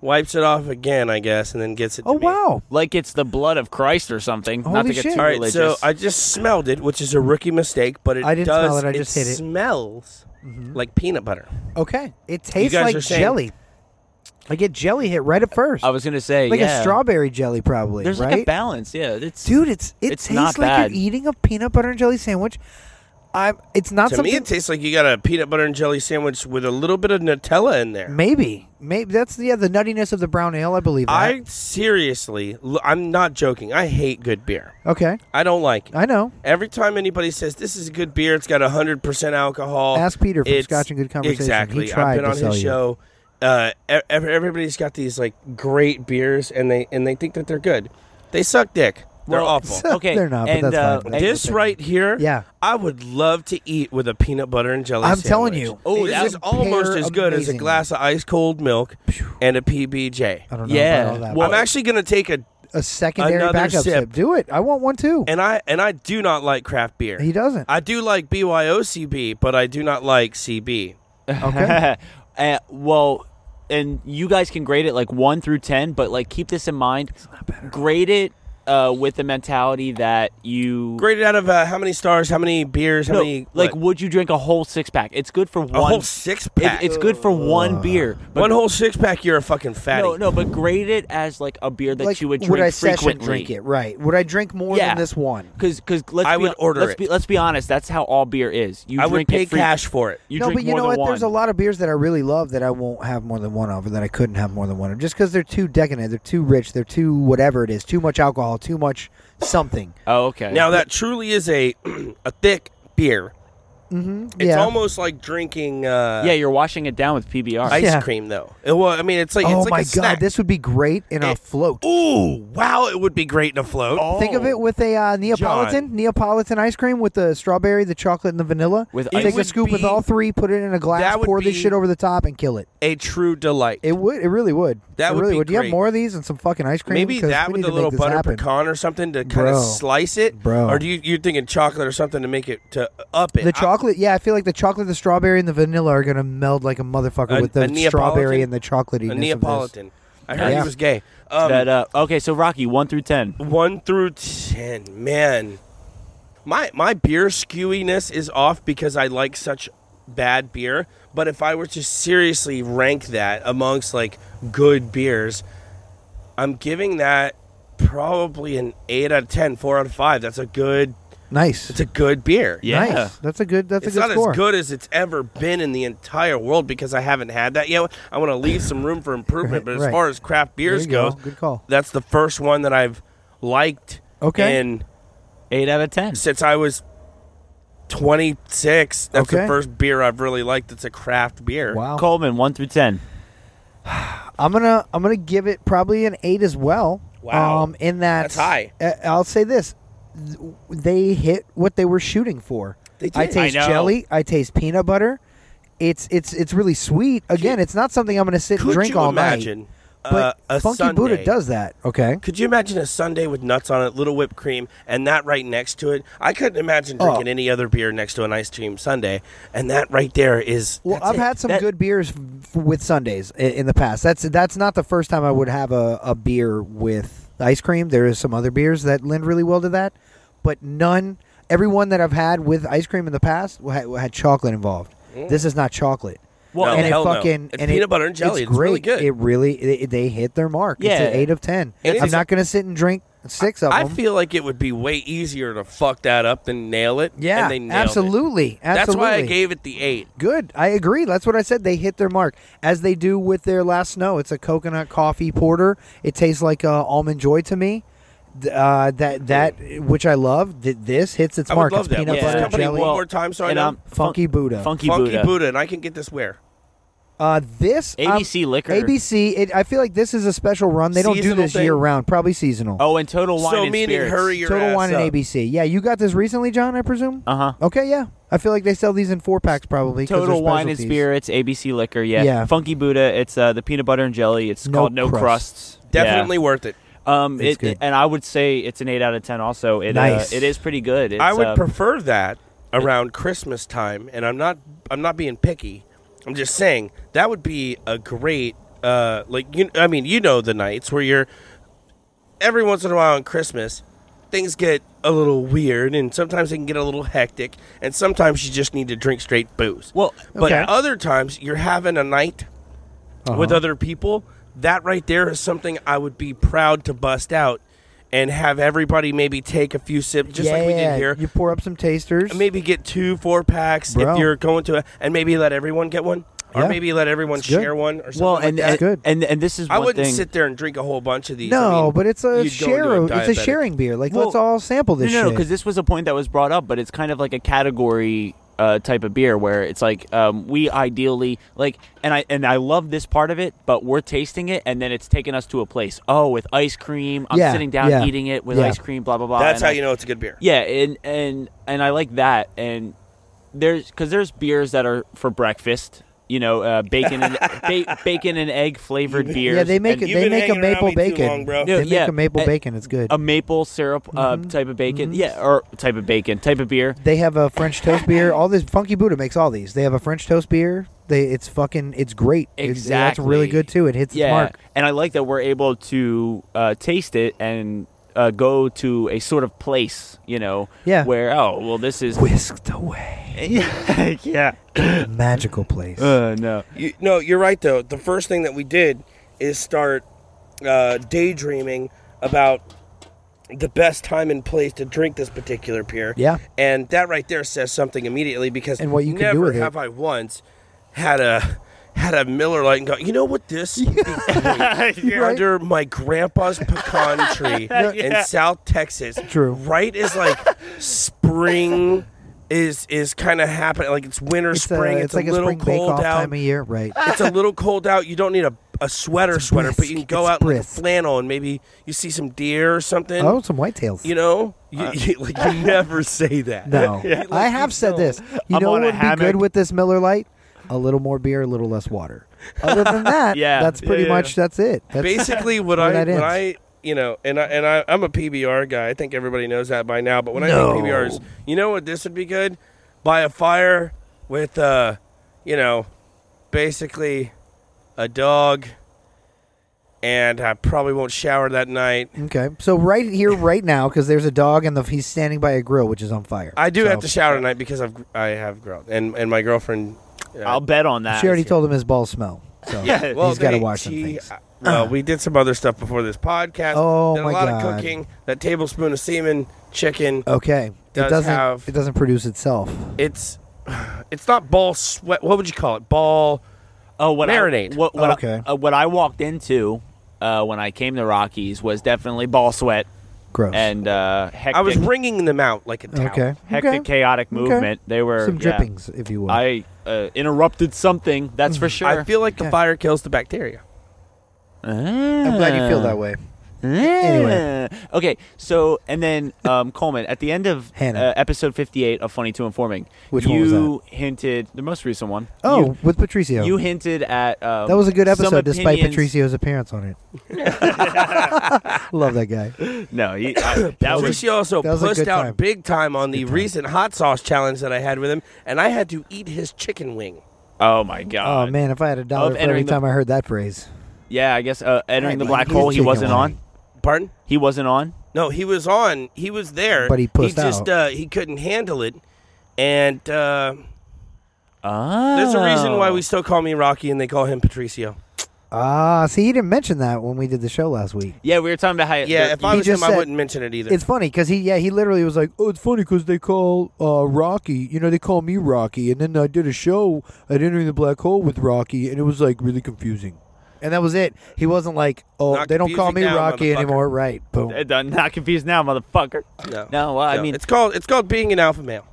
D: wipes it off again, I guess, and then gets it. to
C: oh
D: me.
C: wow!
B: like it's the blood of Christ or something. Not
C: Holy
B: to get
C: shit.
B: too
D: All right,
B: religious.
D: so I just smelled it, which is a rookie mistake, but it
C: I didn't
D: does.
C: smell it, I just hit it. Mm-hmm.
D: Smells like peanut butter.
C: Okay, it tastes
D: guys
C: like
D: are saying-
C: jelly. I get jelly hit right at first,
B: I was gonna say
C: like
B: yeah.
C: a strawberry jelly, probably.
B: There's
C: right?
B: like a balance. Yeah, it's
C: dude. It's it
B: It's
C: tastes
B: not
C: like
B: bad.
C: you're eating a peanut butter and jelly sandwich. I it's not
D: to
C: something.
D: me, it tastes like you got a peanut butter and jelly sandwich with a little bit of Nutella in
C: Mm,
D: there.
C: maybe maybe that's yeah the nuttiness of the brown ale. I believe.
D: I
C: That.
D: seriously, l- I'm not joking. I hate good beer.
C: okay.
D: I don't like it.
C: I know.
D: Every time anybody says this is a good beer, it's got 100% alcohol.
C: Ask Peter from
D: It's-
C: Scotch and Good Conversation. He
D: Exactly.
C: tried
D: I've been
C: to
D: on
C: sell
D: his
C: you.
D: show. Uh, ev- ev- everybody's got these like great beers, and they and they think that they're good. They suck dick. They're
B: Well,
D: awful.
B: Okay,
C: They're not, but
B: and,
C: that's
B: uh,
C: fine.
B: and-
D: This right here,
C: Yeah.
D: I would love to eat with a peanut butter and jelly.
C: I'm telling
D: sandwich.
C: you, Oh,
D: this
B: that
D: is
C: would
D: almost
C: pair
D: as good as a
C: amazingly.
D: glass of ice cold milk and a PBJ.
C: I don't know about all
B: yeah.
C: that.
B: Well,
D: I'm actually gonna take a
C: a secondary
D: another
C: backup
D: sip.
C: sip. Do it. I want one too.
D: and I and I do not like craft beer.
C: he doesn't.
D: I do like BYOCB, but I do not like CB.
B: uh, well, and you guys can grade it like one through ten, but like keep this in mind. Grade it uh, with the mentality that you
D: Graded out of uh, how many stars? How many beers? How
B: No,
D: many
B: like
D: what?
B: would you drink a whole six pack? It's good for
D: a
B: one
D: whole six
B: it-
D: pack?
B: it's good for one beer. But
D: one whole six pack. You're a fucking fatty.
B: no, no, but grade it as like a beer that
C: like,
B: you would drink
C: would I session
B: frequently.
C: drink it? Right. Would I drink more
B: Yeah.
C: than this one?
B: Because because let's
D: I
B: be,
D: would order
B: let's
D: it.
B: Be, let's be honest. That's how all beer is. You
D: I would
B: drink
D: pay
B: it free-
D: cash for it.
B: You
C: no,
B: drink
C: but you
B: more
C: know what?
B: than
C: There's a
B: one.
C: lot of beers that I really love that I won't have more than one of, or that I couldn't have more than one of, just because they're too decadent, they're too rich, they're too whatever it is, too much alcohol, too much something.
B: Oh, okay.
D: Now that truly is a a thick beer. It's
C: yeah.
D: almost like drinking uh,
B: yeah, you're washing it down with PBR.
D: ice
C: Yeah.
D: cream, though. It- well, I mean, it's like
C: oh
D: it's like
C: my
D: a
C: god,
D: snack.
C: this would be great in a
D: It-
C: float.
D: Ooh, wow! It would be great in a float.
C: Think of it with a uh, Neapolitan, Neapolitan ice cream with the strawberry, the chocolate, and the vanilla.
B: With ice- It
C: take a
D: would
C: scoop with
D: be-
C: all three, put it in a glass,
D: That would
C: pour this
D: be-
C: shit over the top, and kill it.
D: A true delight.
C: It would. It really would.
D: That
C: it
D: would
C: really
D: be
C: would. Do You have
D: great.
C: more of these and some fucking ice cream.
D: Maybe
C: 'Cause
D: that
C: we
D: with
C: need
D: a
C: to make
D: little
C: this
D: butter
C: happen.
D: pecan or something to kind
C: Bro.
D: of slice it,
C: Bro.
D: Or do you you're thinking chocolate or something to make it to up it?
C: The
D: I-
C: chocolate, yeah, I feel like the chocolate, the strawberry, and the vanilla are gonna meld like a motherfucker
D: A-
C: with
D: a
C: the
D: Neapolitan?
C: strawberry and the chocolatey.
D: a Neapolitan. I heard
C: Yeah.
D: he was gay. Um,
B: that uh, okay, so Rocky, one through ten.
D: one through ten, man. My my beer skewiness is off because I like such bad beer. But if I were to seriously rank that amongst like good beers, I'm giving that probably an eight out of 10, 4 out of five. That's a good.
C: Nice.
D: It's a good beer.
B: Yeah.
C: Nice. That's a good. That's
D: It's
C: a good
D: not
C: score.
D: as good as it's ever been in the entire world because I haven't had that yet. I want to leave some room for improvement, but as
C: Right.
D: far as craft
C: There
D: beers
C: you go.
D: goes,
C: Good call.
D: that's the first one that I've liked.
C: Okay.
D: And
B: Eight out of ten.
D: since I was 26, that's
C: Okay.
D: the first beer I've really liked that's a craft beer.
C: Wow.
B: Coleman, one through ten.
C: I'm gonna I'm gonna give it probably an eight as well.
D: Wow.
C: Um, in that
D: That's high.
C: uh, I'll say this: Th- they hit what they were shooting for.
D: They
C: I
D: did.
C: taste
B: I know.
C: jelly. I taste peanut butter. It's it's it's really sweet. Again, it's not something I'm gonna sit and
D: Could
C: drink
D: you
C: all
D: imagine
C: night.
D: uh,
C: But
D: a
C: Funky
D: Sunday?
C: Buddha does that. Okay.
D: Could you imagine a Sunday with nuts on it, little whipped cream, and that right next to it? I couldn't imagine
C: Oh.
D: drinking any other beer next to an ice cream Sunday, and that right there is.
C: Well,
D: that's
C: I've
D: it.
C: had some
B: That-
C: good beers f- with Sundays i- in the past. That's that's not the first time I would have a, a beer with ice cream. There is some other beers that lend really well to that, but none. Every one that I've had with ice cream in the past wa- had, had chocolate involved. This is not chocolate.
B: Well,
D: No,
C: and it
D: Mm. hell no.
C: fucking
D: It's
C: and it-
D: peanut butter and jelly.
C: It's
D: It's really
C: great.
D: good.
C: It really it, they hit their mark. It's
B: Yeah.
C: an eight of ten.
D: It
C: I'm
D: is-
C: not going to sit and drink six of
D: I
C: them.
D: feel like it would be way easier to fuck that up than nail it.
C: yeah,
D: and they nailed it.
C: absolutely, absolutely.
D: That's why I gave it the eight.
C: Good. I agree. That's what I said. They hit their mark as they do with their last snow. It's a coconut coffee porter. It tastes like uh, almond joy to me. Th- Uh, that that which I love. Th- this hits its
D: I
C: mark.
D: would love
C: it's
D: that.
C: peanut
D: What's
B: Yeah.
D: this
C: butter
D: company
C: jelly.
D: one more time? So I
B: And,
D: know.
B: um,
C: Funky Buddha.
B: Funky,
D: Funky
B: Buddha.
D: Buddha, and I can get this where?
C: Uh, this um,
B: ABC liquor.
C: ABC. It, I feel like this is a special run. They don't do
D: Seasonal
C: this
D: thing.
C: year round. Probably seasonal.
B: Oh, and Total Wine
D: so
B: and
D: meaning
B: Spirits.
D: hurry your
C: Total
D: ass
C: Wine
D: up. Uh-huh.
C: and ABC. Yeah, you got this recently, John. I presume.
B: Uh huh.
C: okay. Yeah. I feel like they sell these in four packs probably. 'cause
B: Total
C: they're
B: Wine and
C: specialties.
B: Spirits, ABC Liquor, yeah.
C: Yeah.
B: Funky Buddha, it's uh, the peanut butter and jelly. It's
C: No
B: called No
C: crust.
B: Crusts. Yeah.
D: Definitely worth it.
B: Um,
C: It's
B: it,
C: good.
B: and I would say it's an eight out of ten. Also, it
C: Nice.
B: uh, it is pretty good. It's,
D: I would
B: uh,
D: prefer that around Christmas time, and I'm not I'm not being picky. I'm just saying that would be a great uh like you I mean you know the nights where you're every once in a while on Christmas things get a little weird and sometimes they can get a little hectic and sometimes you just need to drink straight booze.
B: Well,
D: but
C: okay. Uh-huh.
D: other times you're having a night with other people, that right there is something I would be proud to bust out and have everybody maybe take a few sips, just like we did
C: Yeah,
D: here.
C: You pour up some tasters.
D: maybe get two four packs
C: Bro.
D: if you're going to, a, and maybe let everyone get one, or
C: Yeah.
D: maybe let everyone
C: good.
D: share one, or something
B: well,
D: like
B: and
D: that.
B: and,
C: Good.
B: and and this is
D: I
B: one
D: wouldn't
B: thing.
D: sit there and drink a whole bunch of these. I
C: No,
D: mean,
C: but it's a
D: you'd go into
C: share. it's a
D: diabetic.
C: sharing beer. Like
B: Well,
C: let's all sample this
B: no, no,
C: shit.
B: because this was a point that was brought up, but it's kind of like a category uh, type of beer where it's like um, we ideally like and I and I love this part of it, but we're tasting it and then it's taking us to a place. Oh, with ice cream, I'm
C: Yeah,
B: sitting down
C: yeah,
B: eating it with
C: yeah.
B: ice cream, blah blah blah.
D: That's
B: and
D: how
B: I-
D: you know it's a good beer.
B: yeah, and and and I like that. And there's because there's beers that are for breakfast. You know, uh, bacon and ba- bacon and egg flavored beers.
C: yeah, they
B: and
C: make it.
D: you've
C: They
D: been
C: make a
D: hanging around
C: maple
D: me too
C: bacon.
D: long, bro.
C: They
B: Yeah,
C: make
B: yeah,
C: a maple
B: a-
C: bacon. It's good.
D: um,
B: a maple syrup uh,
C: Mm-hmm.
B: type of bacon. Yeah, or type of bacon, type of beer.
C: they have a French toast beer. All this Funky Buddha makes all these. They have a French toast beer. They it's fucking it's great. It's, that's really
B: Exactly.
C: good too. It hits
B: Yeah,
C: its mark.
B: and I like that we're able to uh, taste it and uh, go to a sort of place. You know,
C: Yeah.
B: where oh well, this is
C: Whisked away,
B: yeah.
C: magical place.
B: Uh, no,
D: You, no, you're right though. The first thing that we did is start uh, daydreaming about the best time and place to drink this particular beer.
C: Yeah.
D: and that right there says something immediately because
C: And what you can do
D: never
C: with it.
D: have I once had a had a Miller Lite and go. You know what this? would be great? Under my grandpa's pecan tree in South Texas.
C: True.
D: Right is like spring. Is is kind of happening like it's winter,
C: it's
D: spring.
C: a,
D: it's,
C: it's like
D: a
C: a
D: little
C: spring bake
D: cold
C: off
D: out
C: time of year, right?
D: it's a little cold out. You don't need a, a sweater, sweater, but you can
C: brisk.
D: go
C: It's
D: out in like a
C: brisk.
D: flannel and maybe you see some deer or something.
C: Oh, some whitetails.
D: You know, you, you- like you never say that.
C: no,
D: Like,
C: I
D: you
C: have said
D: don't.
C: this. You
B: I'm
C: know
B: on a
C: what would be good
B: hammock.
C: with this Miller Lite? A little more beer, a little less water. Other than that,
B: Yeah.
C: that's
B: Yeah,
C: pretty
B: yeah,
C: much that's it. That's,
D: Basically, what
C: Where
D: I
C: that
D: when
C: ends.
D: I you know, and I and I, I'm a PBR guy. I think everybody knows that by now. But when I think PBRs, you know what this would be good? By a fire with uh, you know, basically a dog. And I probably won't shower that night.
C: okay. So right here, right now, because there's a dog and the, he's standing by a grill which is on fire.
D: I do
C: So-
D: have to shower tonight because I've I have growled, and and my girlfriend. uh,
B: I'll bet on that.
C: She already told him his balls smell. So
D: yeah, well,
C: he's got to
D: they-
C: wash some
D: she-
C: things.
D: uh, Well, we did some other stuff before this podcast.
C: Oh,
D: did
C: my
D: a lot of
C: God. Uh,
D: cooking. That tablespoon of semen, chicken.
C: Okay. it
D: does
C: doesn't
D: have-
C: it doesn't produce itself.
D: It's it's not ball sweat. What would you call it? Ball.
B: Oh, what
D: Marinade.
B: I, what, what I-
C: Okay.
B: uh, what I walked into uh, when I came to Rockies was definitely ball sweat
C: Gross.
B: and uh, hectic,
D: I was wringing them out like a towel.
C: okay.
B: hectic,
C: okay.
B: chaotic
C: Okay.
B: movement. They were
C: Some
B: yeah.
C: drippings, Mm. if you will.
B: I uh, interrupted something. That's for sure.
D: I feel like the
C: Okay.
D: fire kills the bacteria.
C: I'm glad you feel that way. Anyway.
B: Eh. Okay, so and then um, Coleman at the end of
C: Hannah.
B: Uh, episode fifty-eight of Funny to Informing,
C: Which
B: you
C: one was
B: hinted the most recent one.
C: Oh,
B: you,
C: with Patricio.
B: you hinted at um,
C: that was a good
B: some
C: episode despite
B: opinions-
C: Patricio's appearance on it. Love that guy.
B: No, you, I, that was
D: Patricio also
C: that was a
D: pushed
C: good
D: out
C: time.
D: big time on the recent hot sauce challenge that I had with him, and I had to eat his chicken wing.
B: oh my
C: Oh
B: god.
C: man, if I had a dollar for every
B: entering the-
C: time I heard that phrase.
B: Yeah, I guess uh, entering the
C: Hey,
B: black
C: he's
B: hole. He
C: chicken
B: wasn't
C: wing.
B: on.
D: Pardon?
B: He wasn't on.
D: No, he was on. He was there.
C: But he pussed
D: he just,
C: out.
D: Uh, he couldn't handle it, and uh,
B: Oh.
D: there's a reason why we still call me Rocky and they call him Patricio.
C: Ah, see, he didn't mention that when we did the show last week.
B: Yeah, we were talking about how. uh,
D: Yeah, if I
C: He
D: was him,
C: just
D: I
C: said-
D: wouldn't mention it either.
C: It's funny because he, yeah, he literally was like, "Oh, it's funny because they call uh, Rocky, you know, they call me Rocky, and then I did a show at Entering the Black Hole with Rocky, and it was like really confusing." And that was it. He wasn't like, "Oh,
D: Not
C: they don't call me
D: confusing now,
C: Rocky
D: motherfucker."
C: anymore." Right? Boom.
B: Uh, I'm not confused now, motherfucker.
D: no,
B: No, well, I mean,
D: it's called it's called being an alpha male.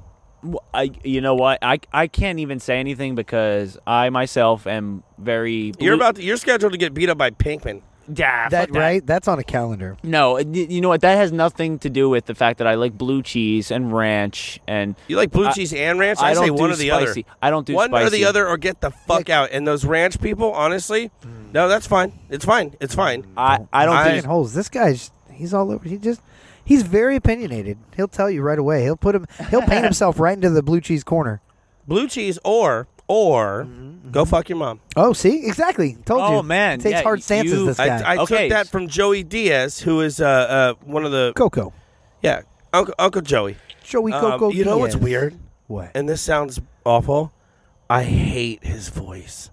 B: w- I you know what? I I can't even say anything because I myself am very. blue-
D: You're about to, you're scheduled to get beat up by Pinkman.
B: Yeah, fuck
C: that
B: that.
C: right? That's on a calendar.
B: No, y- you know what? That has nothing to do with the fact that I like blue cheese and ranch and.
D: You like blue
B: I-
D: cheese and ranch? I,
B: I don't
D: say
B: do
D: one or the other.
B: spicy. I don't do
D: one or the
B: spicy.
D: other, or get the fuck out. And those ranch people, honestly, no, that's fine. It's fine. It's fine.
B: I, I don't
D: I-
B: think
C: Digging holes. This guy's he's all over. He just he's very opinionated. He'll tell you right away. He'll put him. He'll paint himself right into the blue cheese corner.
D: Blue cheese or or
B: Mm-hmm.
D: go fuck your mom.
C: Oh, see, exactly. Told you.
B: Oh, man.
C: takes
B: Yeah,
C: hard stances.
B: you-
C: this guy,
D: I, I
B: Okay.
D: took that from Joey Diaz, who is uh, uh, one of the
C: Coco,
D: yeah Uncle Uncle Joey.
C: Joey
D: Um,
C: Coco.
D: you know what's
C: Diaz.
D: weird?
C: What?
D: And this sounds awful. I hate his voice.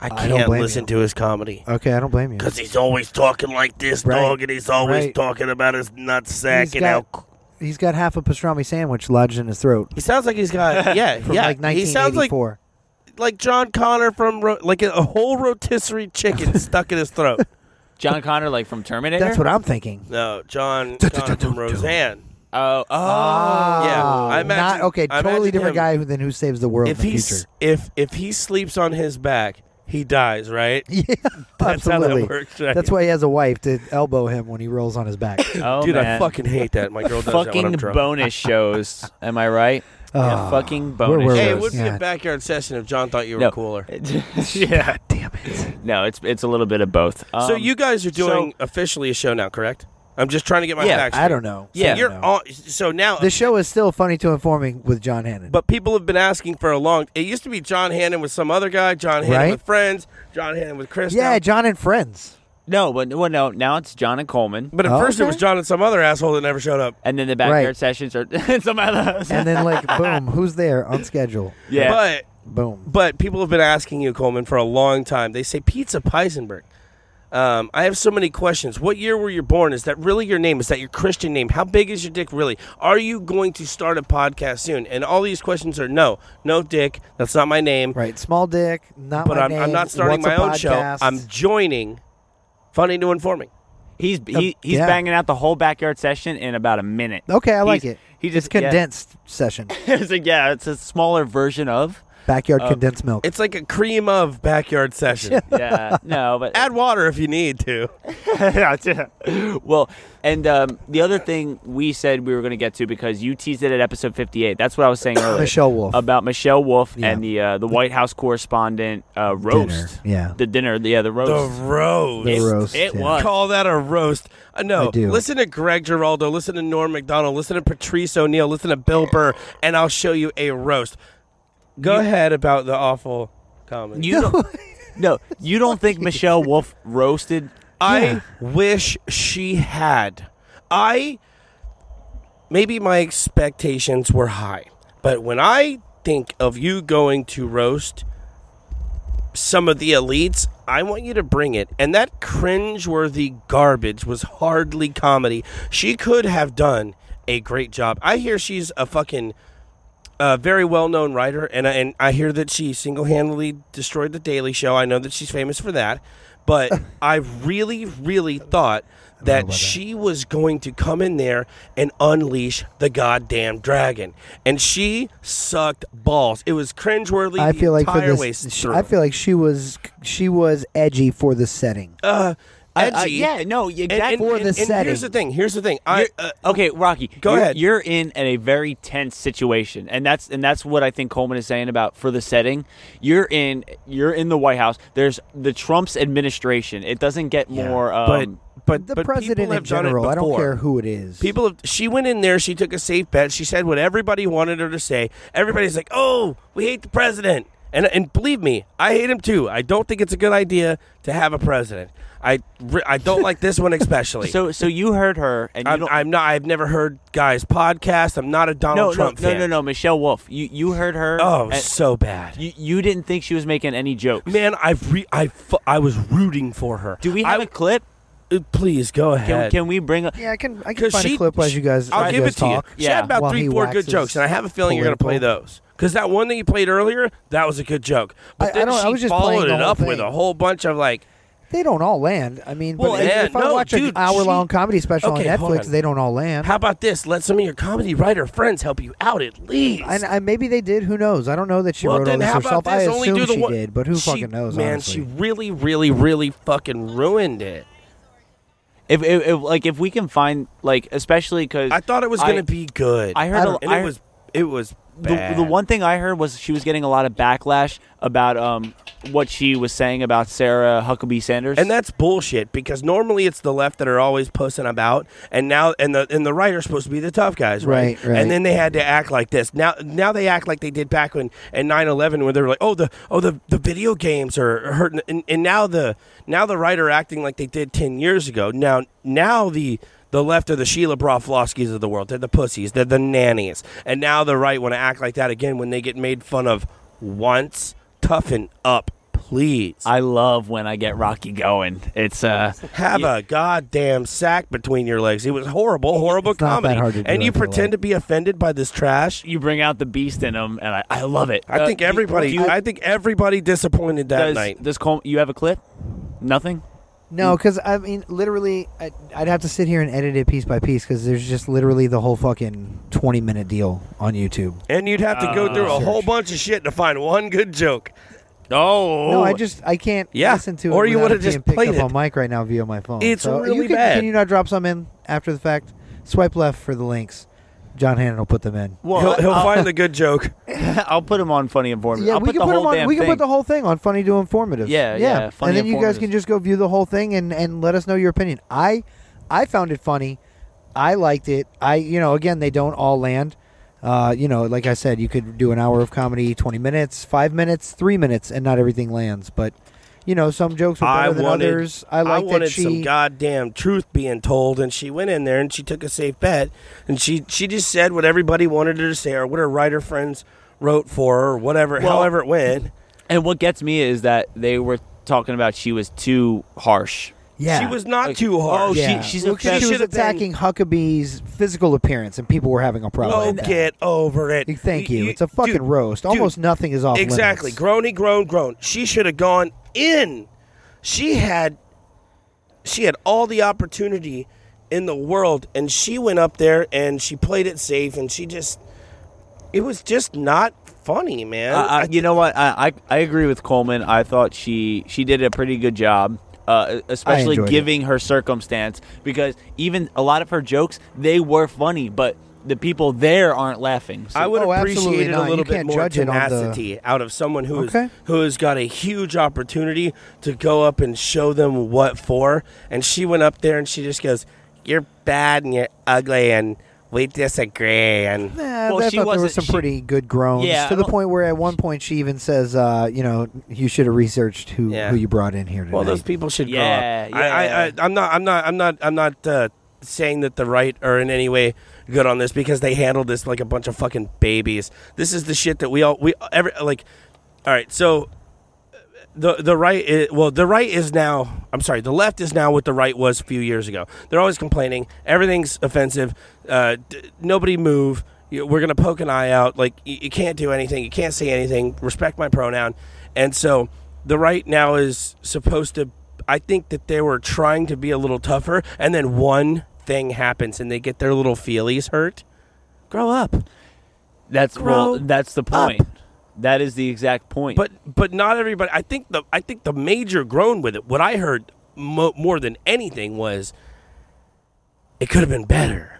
D: I
C: I don't
D: can't
C: blame
D: listen
C: you.
D: to his comedy
C: Okay, I don't blame you.
D: because he's always talking like this
C: Right.
D: dog, and he's always
C: Right.
D: talking about his nut sack
C: He's
D: and
C: got-
D: how.
C: He's got half a pastrami sandwich lodged in his throat.
D: He sounds like he's got yeah
C: From
D: yeah.
C: like
D: he sounds like
C: 1984.
D: like John Connor from ro- like a, a whole rotisserie chicken stuck in his throat.
B: John Connor like from Terminator.
C: That's what I'm thinking.
D: No, John Connor from Roseanne.
B: Oh, oh.
D: Yeah, I
C: Ah, not
D: imagine-
C: okay.
D: I
C: totally
D: imagine
C: different
D: him-
C: guy who, than who saves the world
D: if
C: in the
D: he's
C: future.
D: if if he sleeps on his back, he dies, right?
C: Yeah,
D: That's how that
C: absolutely.
D: works, right?
C: That's why he has a wife to elbow him when he rolls on his back.
B: Oh,
D: Dude,
B: man.
D: I fucking hate that. My girl does that when
B: fucking
D: I'm drunk. Ah.
B: bonus shows. Am I right? Yeah,
C: Oh,
B: fucking
C: where
B: bonus
C: were
D: Hey,
B: shows.
D: it would be
C: Yeah.
D: a backyard session if John thought you were
B: no.
D: cooler.
B: yeah.
C: Damn it!
B: No, it's it's a little bit of both.
D: so
B: Um,
D: you guys are doing officially a show now, correct? I'm just trying to get my
B: Yeah,
D: facts.
C: I
D: straight.
C: don't know.
B: Yeah.
C: I don't
D: You're
C: know.
D: on. So now,
C: The show is still funny to informing with John Hannon.
D: but people have been asking for a long. It used to be John Hannon with some other guy, John Hannon
C: Right?
D: with friends, John Hannon with Chris.
C: yeah,
D: now-
C: John and friends.
B: no, but well, no. Now it's John and Coleman,
D: but at
C: Oh,
D: first it
C: okay.
D: was John and some other asshole that never showed up.
B: and then the backyard
C: Right.
B: sessions are some other.
C: And then like boom, who's there on schedule?
B: yeah,
D: But
C: Boom.
D: but people have been asking you, Coleman, for a long time. They say Pizza Peisenberg. Um, I have so many questions. What year were you born? Is that really your name? Is that your Christian name? How big is your dick really? Are you going to start a podcast soon? And all these questions are no, no dick. That's not my name.
C: Right, small dick. Not
D: But
C: my
D: I'm,
C: name.
D: I'm not starting
C: what's
D: my
C: a
D: own show.
C: podcast?
D: I'm joining Funny to Informing.
B: he's he, he's
C: yeah.
B: banging out the whole backyard session in about a minute.
C: okay. I like
B: He's-
C: it.
B: He just
C: It's condensed session.
B: Yeah, it's, like, yeah, it's a smaller version of.
C: Backyard condensed milk.
D: Um, It's like a cream of backyard session.
B: Yeah, no, but
D: Add water if you need to.
B: Yeah, yeah. well, and um, the other thing we said we were going to get to because you teased it at episode fifty-eight. That's what I was saying earlier.
C: Michelle Wolf.
B: about Michelle Wolf
C: Yeah.
B: and the uh, the White House correspondent uh, roast.
C: yeah.
B: the dinner. Yeah, the
D: The
B: roast.
D: roast.
C: The roast.
B: it
C: yeah.
B: was.
D: Call that a roast? Uh, no.
C: I do.
D: Listen to Greg Giraldo. Listen to Norm Macdonald. Listen to Patrice O'Neill. Listen to Bill Burr, and I'll show you a roast. Go ahead about the awful comment.
B: you don't, no, you don't think Michelle Wolf roasted?
D: I wish she had. I maybe my expectations were high, but when I think of you going to roast some of the elites, I want you to bring it. And that cringe-worthy garbage was hardly comedy. She could have done a great job. I hear she's a fucking a very well-known writer, and I, and I hear that she single-handedly destroyed the Daily Show. I know that she's famous for that, but I really, really thought that she was going to come in there and unleash the goddamn dragon, and she sucked balls. It was cringeworthy.
C: I
D: the
C: feel like for
D: entire
C: this,
D: waist
C: sh-
D: through.
C: I feel like she was she was edgy for the setting.
D: uh, edgy.
B: Uh, yeah, no,
D: And,
B: exactly.
D: and,
C: For
D: and,
C: the
D: and here's
C: setting.
D: the thing. Here's the thing. I
B: You're-
D: uh,
B: okay, Rocky.
D: go
B: you're,
D: ahead.
B: You're in at a very tense situation, and that's and that's what I think Coleman is saying about for the setting. You're in. You're in the White House. There's the Trump's administration. It doesn't get more.
D: but
B: Um,
D: but
C: The
D: but people
C: president in
D: have done it
C: general. I don't
D: before.
C: care who it is.
D: People have, she went in there, she took a safe bet. She said what everybody wanted her to say. Everybody's like, "Oh, we hate the president." And and believe me, I hate him too. I don't think it's a good idea to have a president. I re- I don't like this one especially.
B: so so you heard her, and you
D: I'm,
B: don't.
D: I'm not I've never heard guys podcast. I'm not a Donald
B: no,
D: Trump
B: no, no,
D: fan.
B: no, no, Michelle Wolf. You you heard her.
D: Oh,
B: and
D: so bad.
B: you, you didn't think she was making any jokes.
D: Man, I re- I fu- I was rooting for her.
B: Do we have
D: I-
B: a clip?
D: uh, please go
B: Can,
D: ahead.
B: can we bring a?
C: yeah, I can I can
D: 'Cause
C: find
D: she-
C: a clip as you guys.
D: I'll
C: as you
D: give it
C: guys
D: to you.
C: talk.
D: She had
B: Yeah.
D: about
C: While
D: three,
C: he
D: four good
C: waxes
D: jokes, and I have a feeling you're going to play
C: political.
D: those. Because that one that you played earlier, that was a good joke. But
C: I- I
D: then
C: don't- I
D: she
C: was just playing
D: followed
C: the
D: it
C: whole
D: up with
C: thing.
D: a whole bunch of like,
C: They don't all land. I mean,
D: Well,
C: but if-
D: yeah,
C: if I
D: no,
C: watch
D: dude,
C: an hour long
D: she-
C: comedy special
D: Okay,
C: on
D: hold
C: Netflix,
D: on.
C: they don't all land.
D: how about this? Let some of your comedy writer friends help you out at least.
C: and I, maybe they did. Who knows? I don't know that she
D: well,
C: wrote all
D: then
C: this
D: how about
C: herself.
D: this?
C: I
D: Only
C: assume
D: do the
C: she
D: one.
C: did, but who
D: She-
C: fucking knows?
D: Man,
C: honestly.
D: she really, really, really fucking ruined it.
B: If, if, if like if we can find like especially because
D: I thought it was going to be good.
B: I heard a-
D: don't- and
B: I-
D: it was it was
B: the,
D: bad.
B: the one thing I heard was she was getting a lot of backlash about um what she was saying about Sarah Huckabee Sanders.
D: And that's bullshit because normally it's the left that are always posting about, and now and the and the right are supposed to be the tough guys, right?
C: Right, right.
D: And then they had to act like this. Now now they act like they did back when in 9-11 where they were like, oh the oh the, the video games are hurting, and, and now the now the right are acting like they did ten years ago. Now now the the left are the Sheila Broflovskis of the world. They're the pussies. They're the nannies. And now the right want to act like that again when they get made fun of once. Toughen up, please.
B: I love when I get Rocky going. It's uh
D: Have a goddamn sack between your legs. It was horrible, horrible
C: not that
D: comedy.
C: hard to do,
D: and
C: I
D: you
C: feel
D: pretend
C: like.
D: to be offended by this trash.
B: you bring out the beast in him, and I, I love it.
D: I
B: Uh,
D: think
B: do you-
D: everybody.
B: do you-
D: I think everybody disappointed that
B: does,
D: night.
B: Does Col- you have a clip? Nothing.
D: Mm.
C: No, because I mean, literally, I, I'd have to sit here and edit it piece by piece because there's just literally the whole fucking 20 minute deal on YouTube.
D: And you'd have to go through
C: Oh.
D: a whole bunch of shit to find one good joke.
B: Oh,
C: No, I just I can't
D: Yeah,
C: listen to it.
D: or you
C: without
D: would've
C: it being
D: just
C: picked
D: played
C: up
D: it.
C: on mic right now via my phone.
D: It's
C: so uh,
D: really
C: you can,
D: bad.
C: Can you not drop some in after the fact? Swipe left for the links. John Hannon will put them in.
D: he'll
B: well,
C: uh,
D: he'll find the good joke.
B: I'll put him on funny informative.
C: Yeah,
B: I'll
C: we
B: put
C: can
B: the
C: put
B: whole
C: 'em on.
B: damn
C: We can
B: thing.
C: put the whole thing on funny to informative.
B: Yeah, yeah, funny
C: and then you guys
B: informative.
C: can just go view the whole thing and and let us know your opinion. I I found it funny. I liked it. I you know again they don't all land. Uh, you know, like I said, you could do an hour of comedy, twenty minutes, five minutes, three minutes, and not everything lands. But you know, some jokes were better
D: I
C: than
D: wanted,
C: others. I like
D: wanted
C: that she.
D: some goddamn truth being told, and she went in there and she took a safe bet, and she she just said what everybody wanted her to say, or what her writer friends wrote for her, or whatever,
B: Well-
D: however it went.
B: And what gets me is that they were talking about she was too harsh.
C: yeah.
D: She was not too hard.
B: oh, she-
C: Yeah.
B: she's
C: Well,
B: a
C: she,
B: fat-
C: was
D: should've been-
C: attacking Huckabee's physical appearance, and people were having a problem.
D: Oh,
C: with that.
D: get over it.
C: Thank you. It's a fucking
D: dude,
C: roast.
D: dude,
C: Almost nothing is off
D: Exactly.
C: limits.
D: Groany, groan, groan. She should have gone in. She had she had all the opportunity in the world and she went up there and she played it safe and she just it was just not funny, man.
B: I, I, you know what? I, I I agree with Coleman. I thought she she did a pretty good job, uh, especially
C: enjoyed it.
B: giving her circumstance because even a lot of her jokes they were funny, but the people there aren't laughing. So
D: I would
C: Oh, absolutely
D: appreciate it a
C: not. You
D: little bit
C: can't
D: more
C: judge it on the-
D: tenacity out of someone who is
C: Okay.
D: who has got a huge opportunity to go up and show them what for. And she went up there and she just goes, "You're bad and you're ugly and we disagree." And
C: Nah,
B: Well,
C: I
B: she
C: thought there were
B: wasn't-
C: some
B: she-
C: pretty good groans
B: Yeah,
C: to
B: I
C: the
B: don't-
C: point where at one point she even says, uh, "You know, you should have researched who,
D: Yeah.
C: who you brought in here today."
D: well, those people should
B: Yeah,
D: grow up. I, I,
B: yeah.
D: I, I'm not. I'm not. I'm not. I'm not uh, saying that the right are in any way good on this because they handled this like a bunch of fucking babies. This is the shit that we all we every like. All right, so the the right is, well the right is now I'm sorry the left is now what the right was a few years ago. They're always complaining everything's offensive. Uh, d- nobody move. You- We're gonna poke an eye out. Like you, you can't do anything. You can't say anything. Respect my pronoun. And so the right now is supposed to. I think that they were trying to be a little tougher, and then one thing happens, and they get their little feelies hurt. Grow up.
B: that's well,
D: grow
B: that's the point. That is the exact point.
D: But but not everybody. I think the I think the major groan with it. What I heard mo- more than anything was, it could have been better.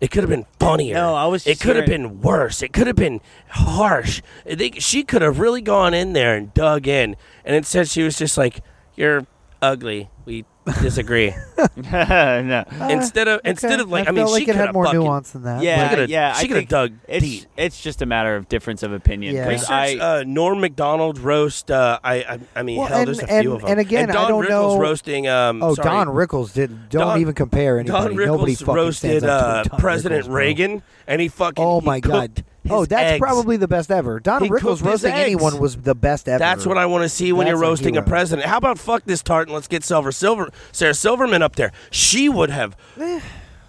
D: It could have been funnier.
B: No, I was
D: It
B: just
D: could have
B: hearing-
D: been worse. It could have been harsh. They, she could have really gone in there and dug in. And instead, she was just like, "You're ugly. We disagree."
B: no.
D: instead of instead
C: Okay.
D: of like,
C: I,
D: I, mean,
C: felt
D: she
C: like it
D: could
C: had
D: have
C: more
D: fucking-
C: nuance than that.
B: Yeah,
D: coulda-
B: yeah.
D: she
B: I
D: coulda
B: think
D: dug
B: it's,
D: deep.
B: It's just a matter of difference of opinion.
C: Yeah.
B: 'cause
D: Research
B: I,
D: uh, Norm McDonald roast. Uh, I, I I mean,
C: Well,
D: hell,
C: and-
D: there's a
C: and-
D: few of them.
C: and again, I
D: Don
C: don't
D: Rickles
C: know-
D: Roasting. Um,
C: Oh,
D: sorry,
C: Don Rickles did. Don't
D: Don-
C: even compare anybody.
D: Don Rickles
C: Nobody fucking stands
D: roasted
C: up
D: uh,
C: to Don
D: President
C: Rickles, bro.
D: Reagan, and he fucking.
C: Oh
D: he
C: my
D: cooked
C: god.
D: his
C: Oh, that's
D: eggs.
C: probably the best ever. Don
D: He cooked
C: Rickles
D: his
C: roasting
D: eggs.
C: anyone was the best ever.
D: That's what I want to see when
C: That's
D: you're
C: a
D: roasting a,
C: hero.
D: president. How about fuck this tart and let's get Silver Silver Sarah Silverman up there? She would have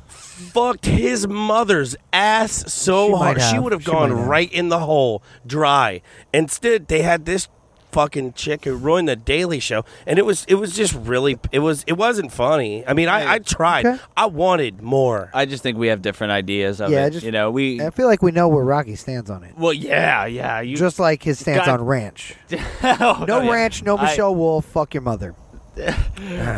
D: fucked his mother's ass so
C: She might
D: hard. She
C: have.
D: would have
C: She
D: gone
C: might have.
D: right in the hole, dry. Instead, they had this fucking chick who ruined the Daily Show, and it was it was just really it was it wasn't funny. I mean, I, I tried.
C: Okay.
D: I wanted more.
B: I just think we have different ideas of
C: Yeah,
B: it.
C: just-
B: you know, we.
C: I feel like we know where Rocky stands on it.
B: well, yeah, yeah. You
C: Just like his stance
B: God-
C: on ranch.
B: Oh,
C: No
B: yeah.
C: ranch, no
B: I-
C: Michelle Wolf. Fuck your mother.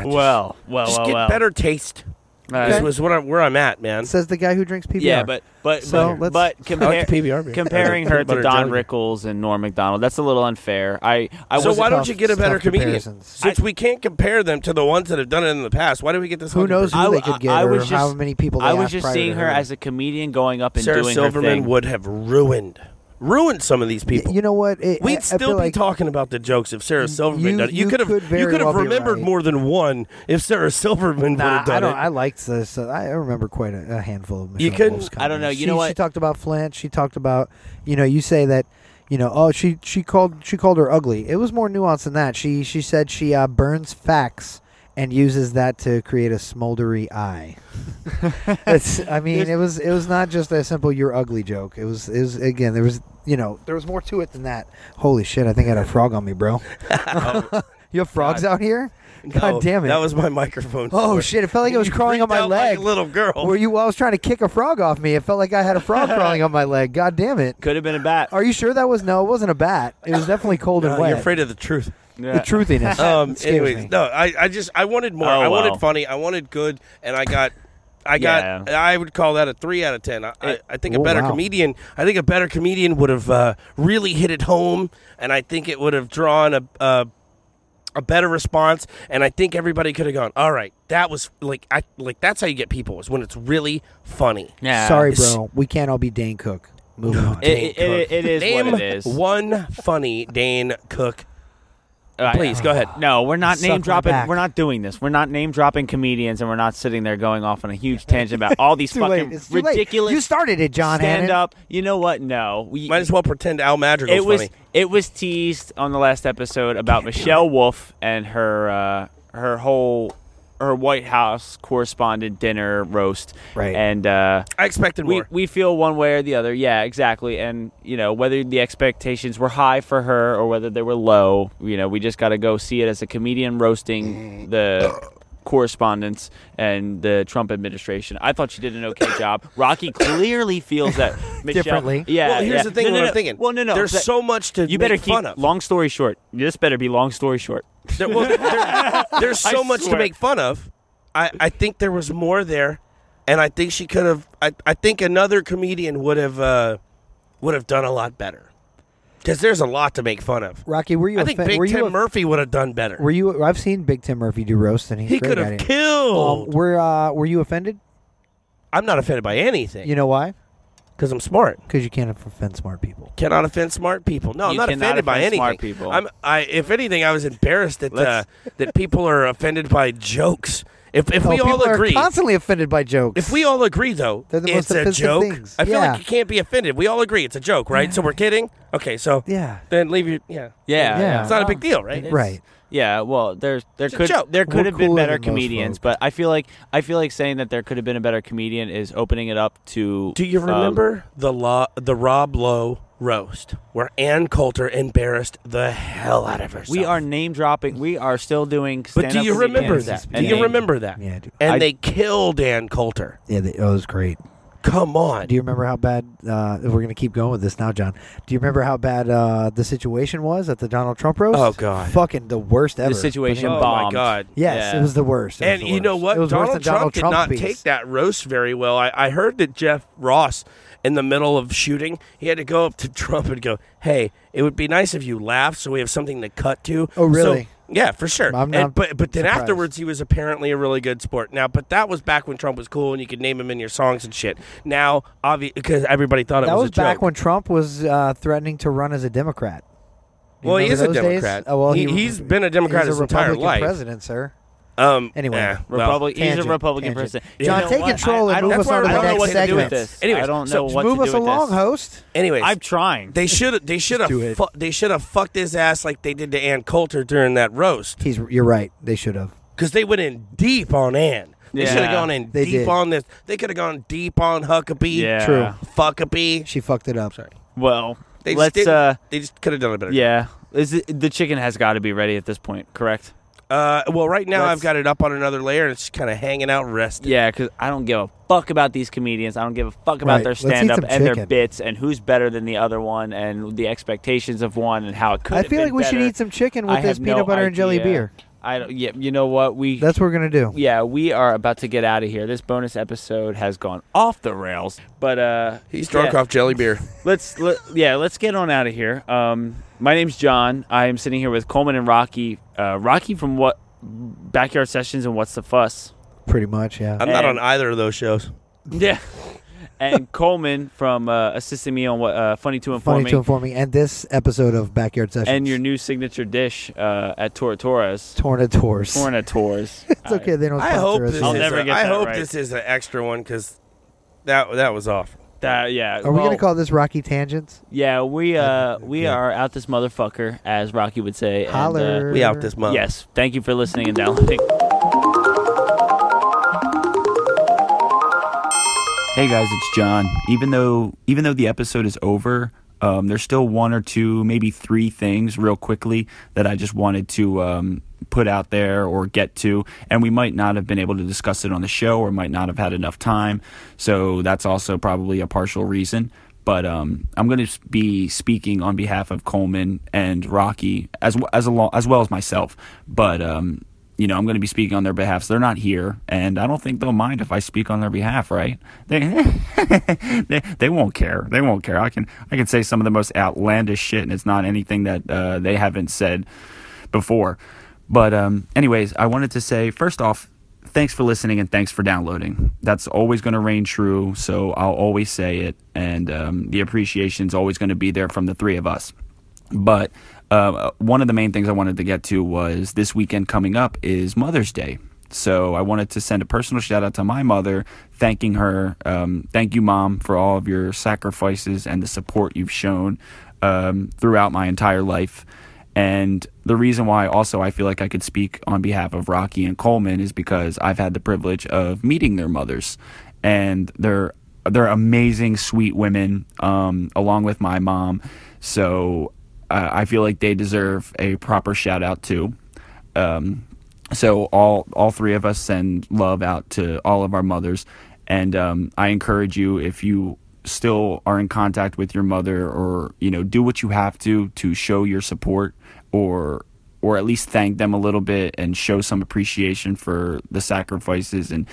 B: well, well,
D: Just
B: well,
D: get
B: well.
D: better taste.
B: Uh,
D: This was what I, where I'm at, man.
C: Says the guy who drinks PBR.
B: Yeah, but but
C: So,
B: but,
C: let's-
B: but compare,
D: PBR beer.
B: comparing her
D: Peanut butter
B: to Don
D: jelly.
B: Rickles and Norm Macdonald, that's a little unfair. I I
D: So
B: was
D: why
C: tough-
D: don't you get a better
C: tough
D: comedian?
C: comparisons.
D: Since we can't compare them to the ones that have done it in the past, why do we get this?
C: Who
D: fucking
C: knows
D: person?
C: who
B: I,
C: they could get
B: I, I
C: or
B: was just,
C: how many people they
B: I was
C: asked
B: just
C: prior to
B: seeing her, as a comedian going up and
D: Sarah
B: doing her
D: Silverman
B: thing.
D: would have ruined, ruined some of these people.
C: You know what? It, I- I
D: We'd
C: feel
D: still be
C: like-
D: talking about the jokes if Sarah Silverman
C: you-
D: done it. You
C: you
D: could have,
C: could very
D: you could have
C: well be
D: remembered
C: right.
D: more than one if Sarah Silverman would
C: Nah,
D: have done
C: I don't.
D: it.
C: I liked this. I I remember quite a, a handful of. Michelle
D: You couldn't-
C: Wolf's
B: I don't know,
C: comedies.
B: you
C: she,
B: know
C: She
B: what?
C: talked about Flint. She talked about. You know, you say that. You know, oh, she she called she called her ugly. It was more nuanced than that. She she said she uh, burns facts and uses that to create a smoldery eye. it's. I mean, it was it was not just a simple "you're ugly" joke. It was it was again there was you know there was more to it than that. Holy shit! I think I had a frog on me, bro. You have frogs out here? God
D: No,
C: damn it.
D: That was my microphone.
C: Oh
D: cord.
C: shit! It felt like it was
D: You
C: crawling on
D: freaked
C: my
D: out
C: leg.
D: Like a little girl.
C: Were you? I was trying to kick a frog off me. It felt like I had a frog crawling on my leg. God damn it!
B: Could have been a bat.
C: Are you sure that was no? It wasn't a bat. It was definitely cold and
D: No,
C: wet.
D: you're afraid of the truth.
C: the truthiness.
D: Um.
C: Scares
D: Anyways,
C: me.
D: no. I, I just I wanted more.
B: Oh,
D: I wanted
B: wow.
D: funny. I wanted good, and I got. I got.
B: Yeah.
D: I would call that a three out of ten. I, I, I think a
C: Oh,
D: better
C: wow.
D: comedian. I think a better comedian would have uh, really hit it home, and I think it would have drawn a, a a better response. And I think everybody could have gone. All right, that was like I like that's how you get people is when it's really funny.
B: Yeah.
C: Sorry,
D: it's-
C: bro. We can't all be Dane Cook. Move on.
B: It, it, it, it is
D: Name
B: what it is.
D: one funny Dane Cook.
B: Uh,
D: Please go ahead.
B: No, we're not
C: Suck my
B: name dropping.
C: back.
B: We're not doing this. We're not name dropping comedians, and we're not sitting there going off on a huge tangent about all these
C: Too late.
B: fucking
C: It's too late.
B: ridiculous.
C: You started it, John Hannon.
B: Stand up. You know what? No, we,
D: Might as well pretend Al Madrigal's
B: it was
D: funny.
B: it was teased on the last episode about Michelle Wolf and her uh, her whole her White House correspondent dinner roast.
C: Right.
B: And uh,
D: I expected
B: we,
D: more.
B: we feel one way or the other. Yeah, exactly. And, you know, whether the expectations were high for her or whether they were low, you know, we just got to go see it as a comedian roasting the correspondence and the Trump administration. I thought she did an okay job. Rocky clearly feels that Michelle,
C: Differently.
B: Yeah.
D: well, here's
B: yeah.
D: the thing.
B: No, no,
D: what
B: no.
D: I'm thinking.
B: Well, no, no.
D: There's
B: that-
D: so much to
B: you better
D: make
B: keep.
D: fun of.
B: Long story short, this better be long story short.
D: There- well, there- there's so
B: I
D: much to
B: swear.
D: make fun of. I, I think there was more there, and I think she could have. I, I think another comedian would have uh, would have done a lot better, because there's a lot to make fun of.
C: Rocky, were you?
D: I
C: a
D: think
C: fan-
D: Big
C: were
D: Tim
C: you? a-
D: Murphy would have done better.
C: were you? I've seen Big Tim Murphy do roast, and he's
D: he
C: great
D: could
C: at
D: have
C: it. Um,
D: killed.
C: were uh, Were you offended?
D: I'm not offended by anything
C: You know why?
D: because I'm smart.
C: Because you can't offend smart people.
D: Cannot offend smart people. No, I'm
B: You
D: not
B: cannot
D: offended by
B: offend
D: anything.
B: smart people.
D: I'm, I, if anything, I was embarrassed that uh,
B: Let's-
D: that people are offended by jokes. If if
C: Oh,
D: we all
C: people
D: agree,
C: are constantly offended by jokes.
D: if we all agree though,
C: They're the most
D: it's a
C: offensive
D: joke.
C: things.
D: I feel
C: Yeah.
D: like you can't be offended. We all agree it's a joke, right? So we're kidding. Okay, so
C: yeah,
D: then leave your yeah.
B: Yeah.
C: Yeah.
D: It's not a big deal, right?
C: right.
B: Yeah, well, there there
D: a
B: could
D: joke.
B: there could
C: We're
B: have been
C: cooler
B: better
C: than most
B: comedians,
C: folk.
B: but I feel like I feel like saying that there could have been a better comedian is opening it up to.
D: Do you
B: um,
D: remember the law, the Rob Lowe roast where Ann Coulter embarrassed the hell out of herself?
B: we are name dropping. We are still doing.
D: But do
B: stand-up
D: you remember
B: comedians
D: that? Do
B: and
D: you
B: name-
D: remember that?
C: Yeah, I do.
D: And
B: I-
D: they killed Ann Coulter.
C: Yeah, they, oh, it was great.
D: Come on.
C: Do you remember how bad uh, we're going to keep going with this now, John? Do you remember how bad uh, the situation was at the Donald Trump roast?
D: Oh, God.
C: fucking the worst ever.
B: the situation?
D: oh my
B: bombed.
D: God.
C: Yes,
B: Yeah.
C: it was the worst. It was
D: And
C: the
D: you know
C: worst.
D: what?
C: It was
D: Donald,
C: worse than Donald
D: Trump, did not
C: piece.
D: take that roast very well. I, I heard that Jeff Ross, in the middle of shooting, he had to go up to Trump and go, "Hey, it would be nice if you laughed, so we have something to cut to."
C: Oh, really?
D: So- yeah, for sure.
C: I'm
D: And-
C: not
D: but but then
C: surprised.
D: afterwards, he was apparently a really good sport. Now, but that was back when Trump was cool and you could name him in your songs and shit. Now, obviously, because everybody thought it
C: That
D: was,
C: was
D: a joke.
C: back when Trump was uh, threatening to run as a Democrat. Do you
D: Well, he
C: remember
D: is a
C: those days?
D: Democrat.
C: Oh, well,
D: He-
C: he,
D: he's been a Democrat
C: he was
D: his
C: a
D: entire
C: Republican
D: life.
C: president, sir.
D: um,
C: Anyway,
D: eh, well,
B: Republic, he's
C: Tangent,
B: a Republican
C: tangent.
B: person. You
C: John,
B: know
C: take
B: what? I-
C: control and
B: I
C: move
B: don't-
C: us on
B: I
C: to the
B: don't know
C: next
B: what to do with
C: segment.
B: this.
D: Anyways,
B: I don't
D: so
B: know what
C: Move
B: to do
C: us
B: with
C: along,
B: this.
C: host.
D: Anyways,
B: I'm trying.
D: They should. They should have.
C: do it.
D: Fu- they should have fucked his ass like they did to Ann Coulter during that roast
C: He's, you're right. They should have.
D: because they went in deep on Ann. They should have
B: Yeah.
D: gone in
C: They
D: deep
C: did.
D: on this. They could have gone deep on Huckabee.
B: Yeah. True.
D: Fuckabee.
C: She fucked it up. Sorry.
B: Well,
D: They just
B: let's.
D: didn't-
B: Uh,
D: They just could have done a better.
B: yeah, is it, the chicken has got to be ready at this point? Correct.
D: Uh, well, right now I've
B: Let's-
D: got it up on another layer and it's kind of hanging out, resting.
B: Yeah, because I don't give a fuck about these comedians. I don't give a fuck about
C: Right.
B: their
C: Let's eat
B: stand up
C: some
B: and their
C: chicken.
B: bits and who's better than the other one and the expectations of one and how it could.
C: I
B: have
C: feel
B: been
C: like we should
B: better.
C: eat some chicken
B: I
C: with this
B: have
C: peanut
B: no
C: butter and jelly
B: idea.
C: beer.
B: I don't. Yeah, you know what we.
C: That's what we're gonna do.
B: yeah, we are about to get out of here. This bonus episode has gone off the rails, but uh,
D: He's drunk
B: yeah,
D: off jelly beer.
B: Let's let, yeah, let's get on out of here. Um, my name's John. I am sitting here with Coleman and Rocky. Uh, Rocky from what backyard sessions and what's the fuss?
C: Pretty much, yeah.
D: I'm not on
B: And-
D: either of those shows.
B: Yeah. and Coleman from uh, assisting me on what uh, funny to inform
C: Funny
B: me
C: to inform me. And this episode of Backyard Sessions
B: and your new signature dish uh, at Tortora's.
C: Tornadors.
B: Tornatore's.
C: it's okay. They don't
D: I
C: sponsor
D: hope
C: us.
D: this.
B: I'll
D: is
B: never
D: a-
B: get
D: I
B: that
D: hope
B: right.
D: this is an extra one because that that was
B: Uh,
D: awful.
B: That, yeah.
C: Are we
B: well,
C: gonna call this Rocky Tangents?
B: Yeah, we uh we are out this motherfucker, as Rocky would say. and, uh,
C: Holler.
D: We out this month.
B: yes. Thank you for listening and downloading. Hey guys, it's John. Even though even though the episode is over,
H: Um, there's still one or two, maybe three things real quickly that I just wanted to um, put out there or get to, and we might not have been able to discuss it on the show or might not have had enough time. So that's also probably a partial reason. But um, I'm going to be speaking on behalf of Coleman and Rocky as w- as, alo- as well as myself. But um, you know, I'm going to be speaking on their behalf. So they're not here, and I don't think they'll mind if I speak on their behalf, right? They they, they won't care. They won't care. I can I can say some of the most outlandish shit, and it's not anything that uh, they haven't said before. But um, anyways, I wanted to say first off, thanks for listening and thanks for downloading. That's always going to reign true, so I'll always say it, and um, the appreciation's always going to be there from the three of us. But uh, one of the main things I wanted to get to was this weekend coming up is Mother's Day. So I wanted to send a personal shout out to my mother, thanking her. Um, thank you, mom, for all of your sacrifices and the support you've shown um, throughout my entire life. And the reason why also I feel like I could speak on behalf of Rocky and Coleman is because I've had the privilege of meeting their mothers, and they're they're amazing, sweet women, um, along with my mom. So uh, I feel like they deserve a proper shout out too. Um, so all all three of us send love out to all of our mothers, and um, I encourage you if you still are in contact with your mother, or you know, do what you have to to show your support, or or at least thank them a little bit and show some appreciation for the sacrifices and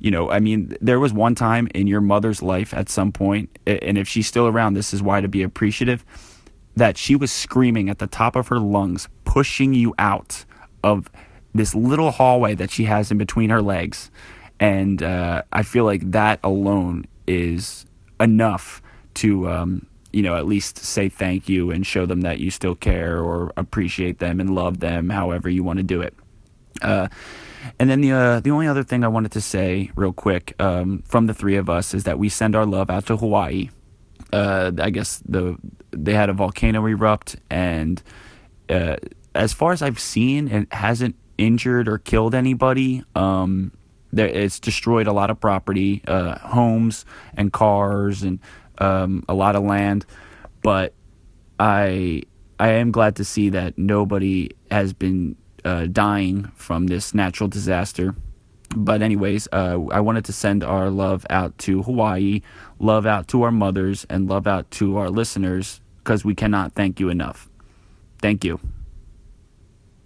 H: you know i mean there was one time in your mother's life at some point a- and if she's still around this is why to be appreciative that she was screaming at the top of her lungs, pushing you out of this little hallway that she has in between her legs. And uh, I feel like that alone is enough to, um, you know, at least say thank you and show them that you still care or appreciate them and love them, however you want to do it. Uh, and then the uh, the only other thing I wanted to say real quick um, from the three of us is that we send our love out to Hawaii. Uh, I guess the they had a volcano erupt, and uh, as far as I've seen, it hasn't injured or killed anybody. Um, there, it's destroyed a lot of property, uh, homes and cars, and um, a lot of land. But I I am glad to see that nobody has been uh, dying from this natural disaster. But anyways, uh, I wanted to send our love out to Hawaii, love out to our mothers, and love out to our listeners because we cannot thank you enough. Thank you.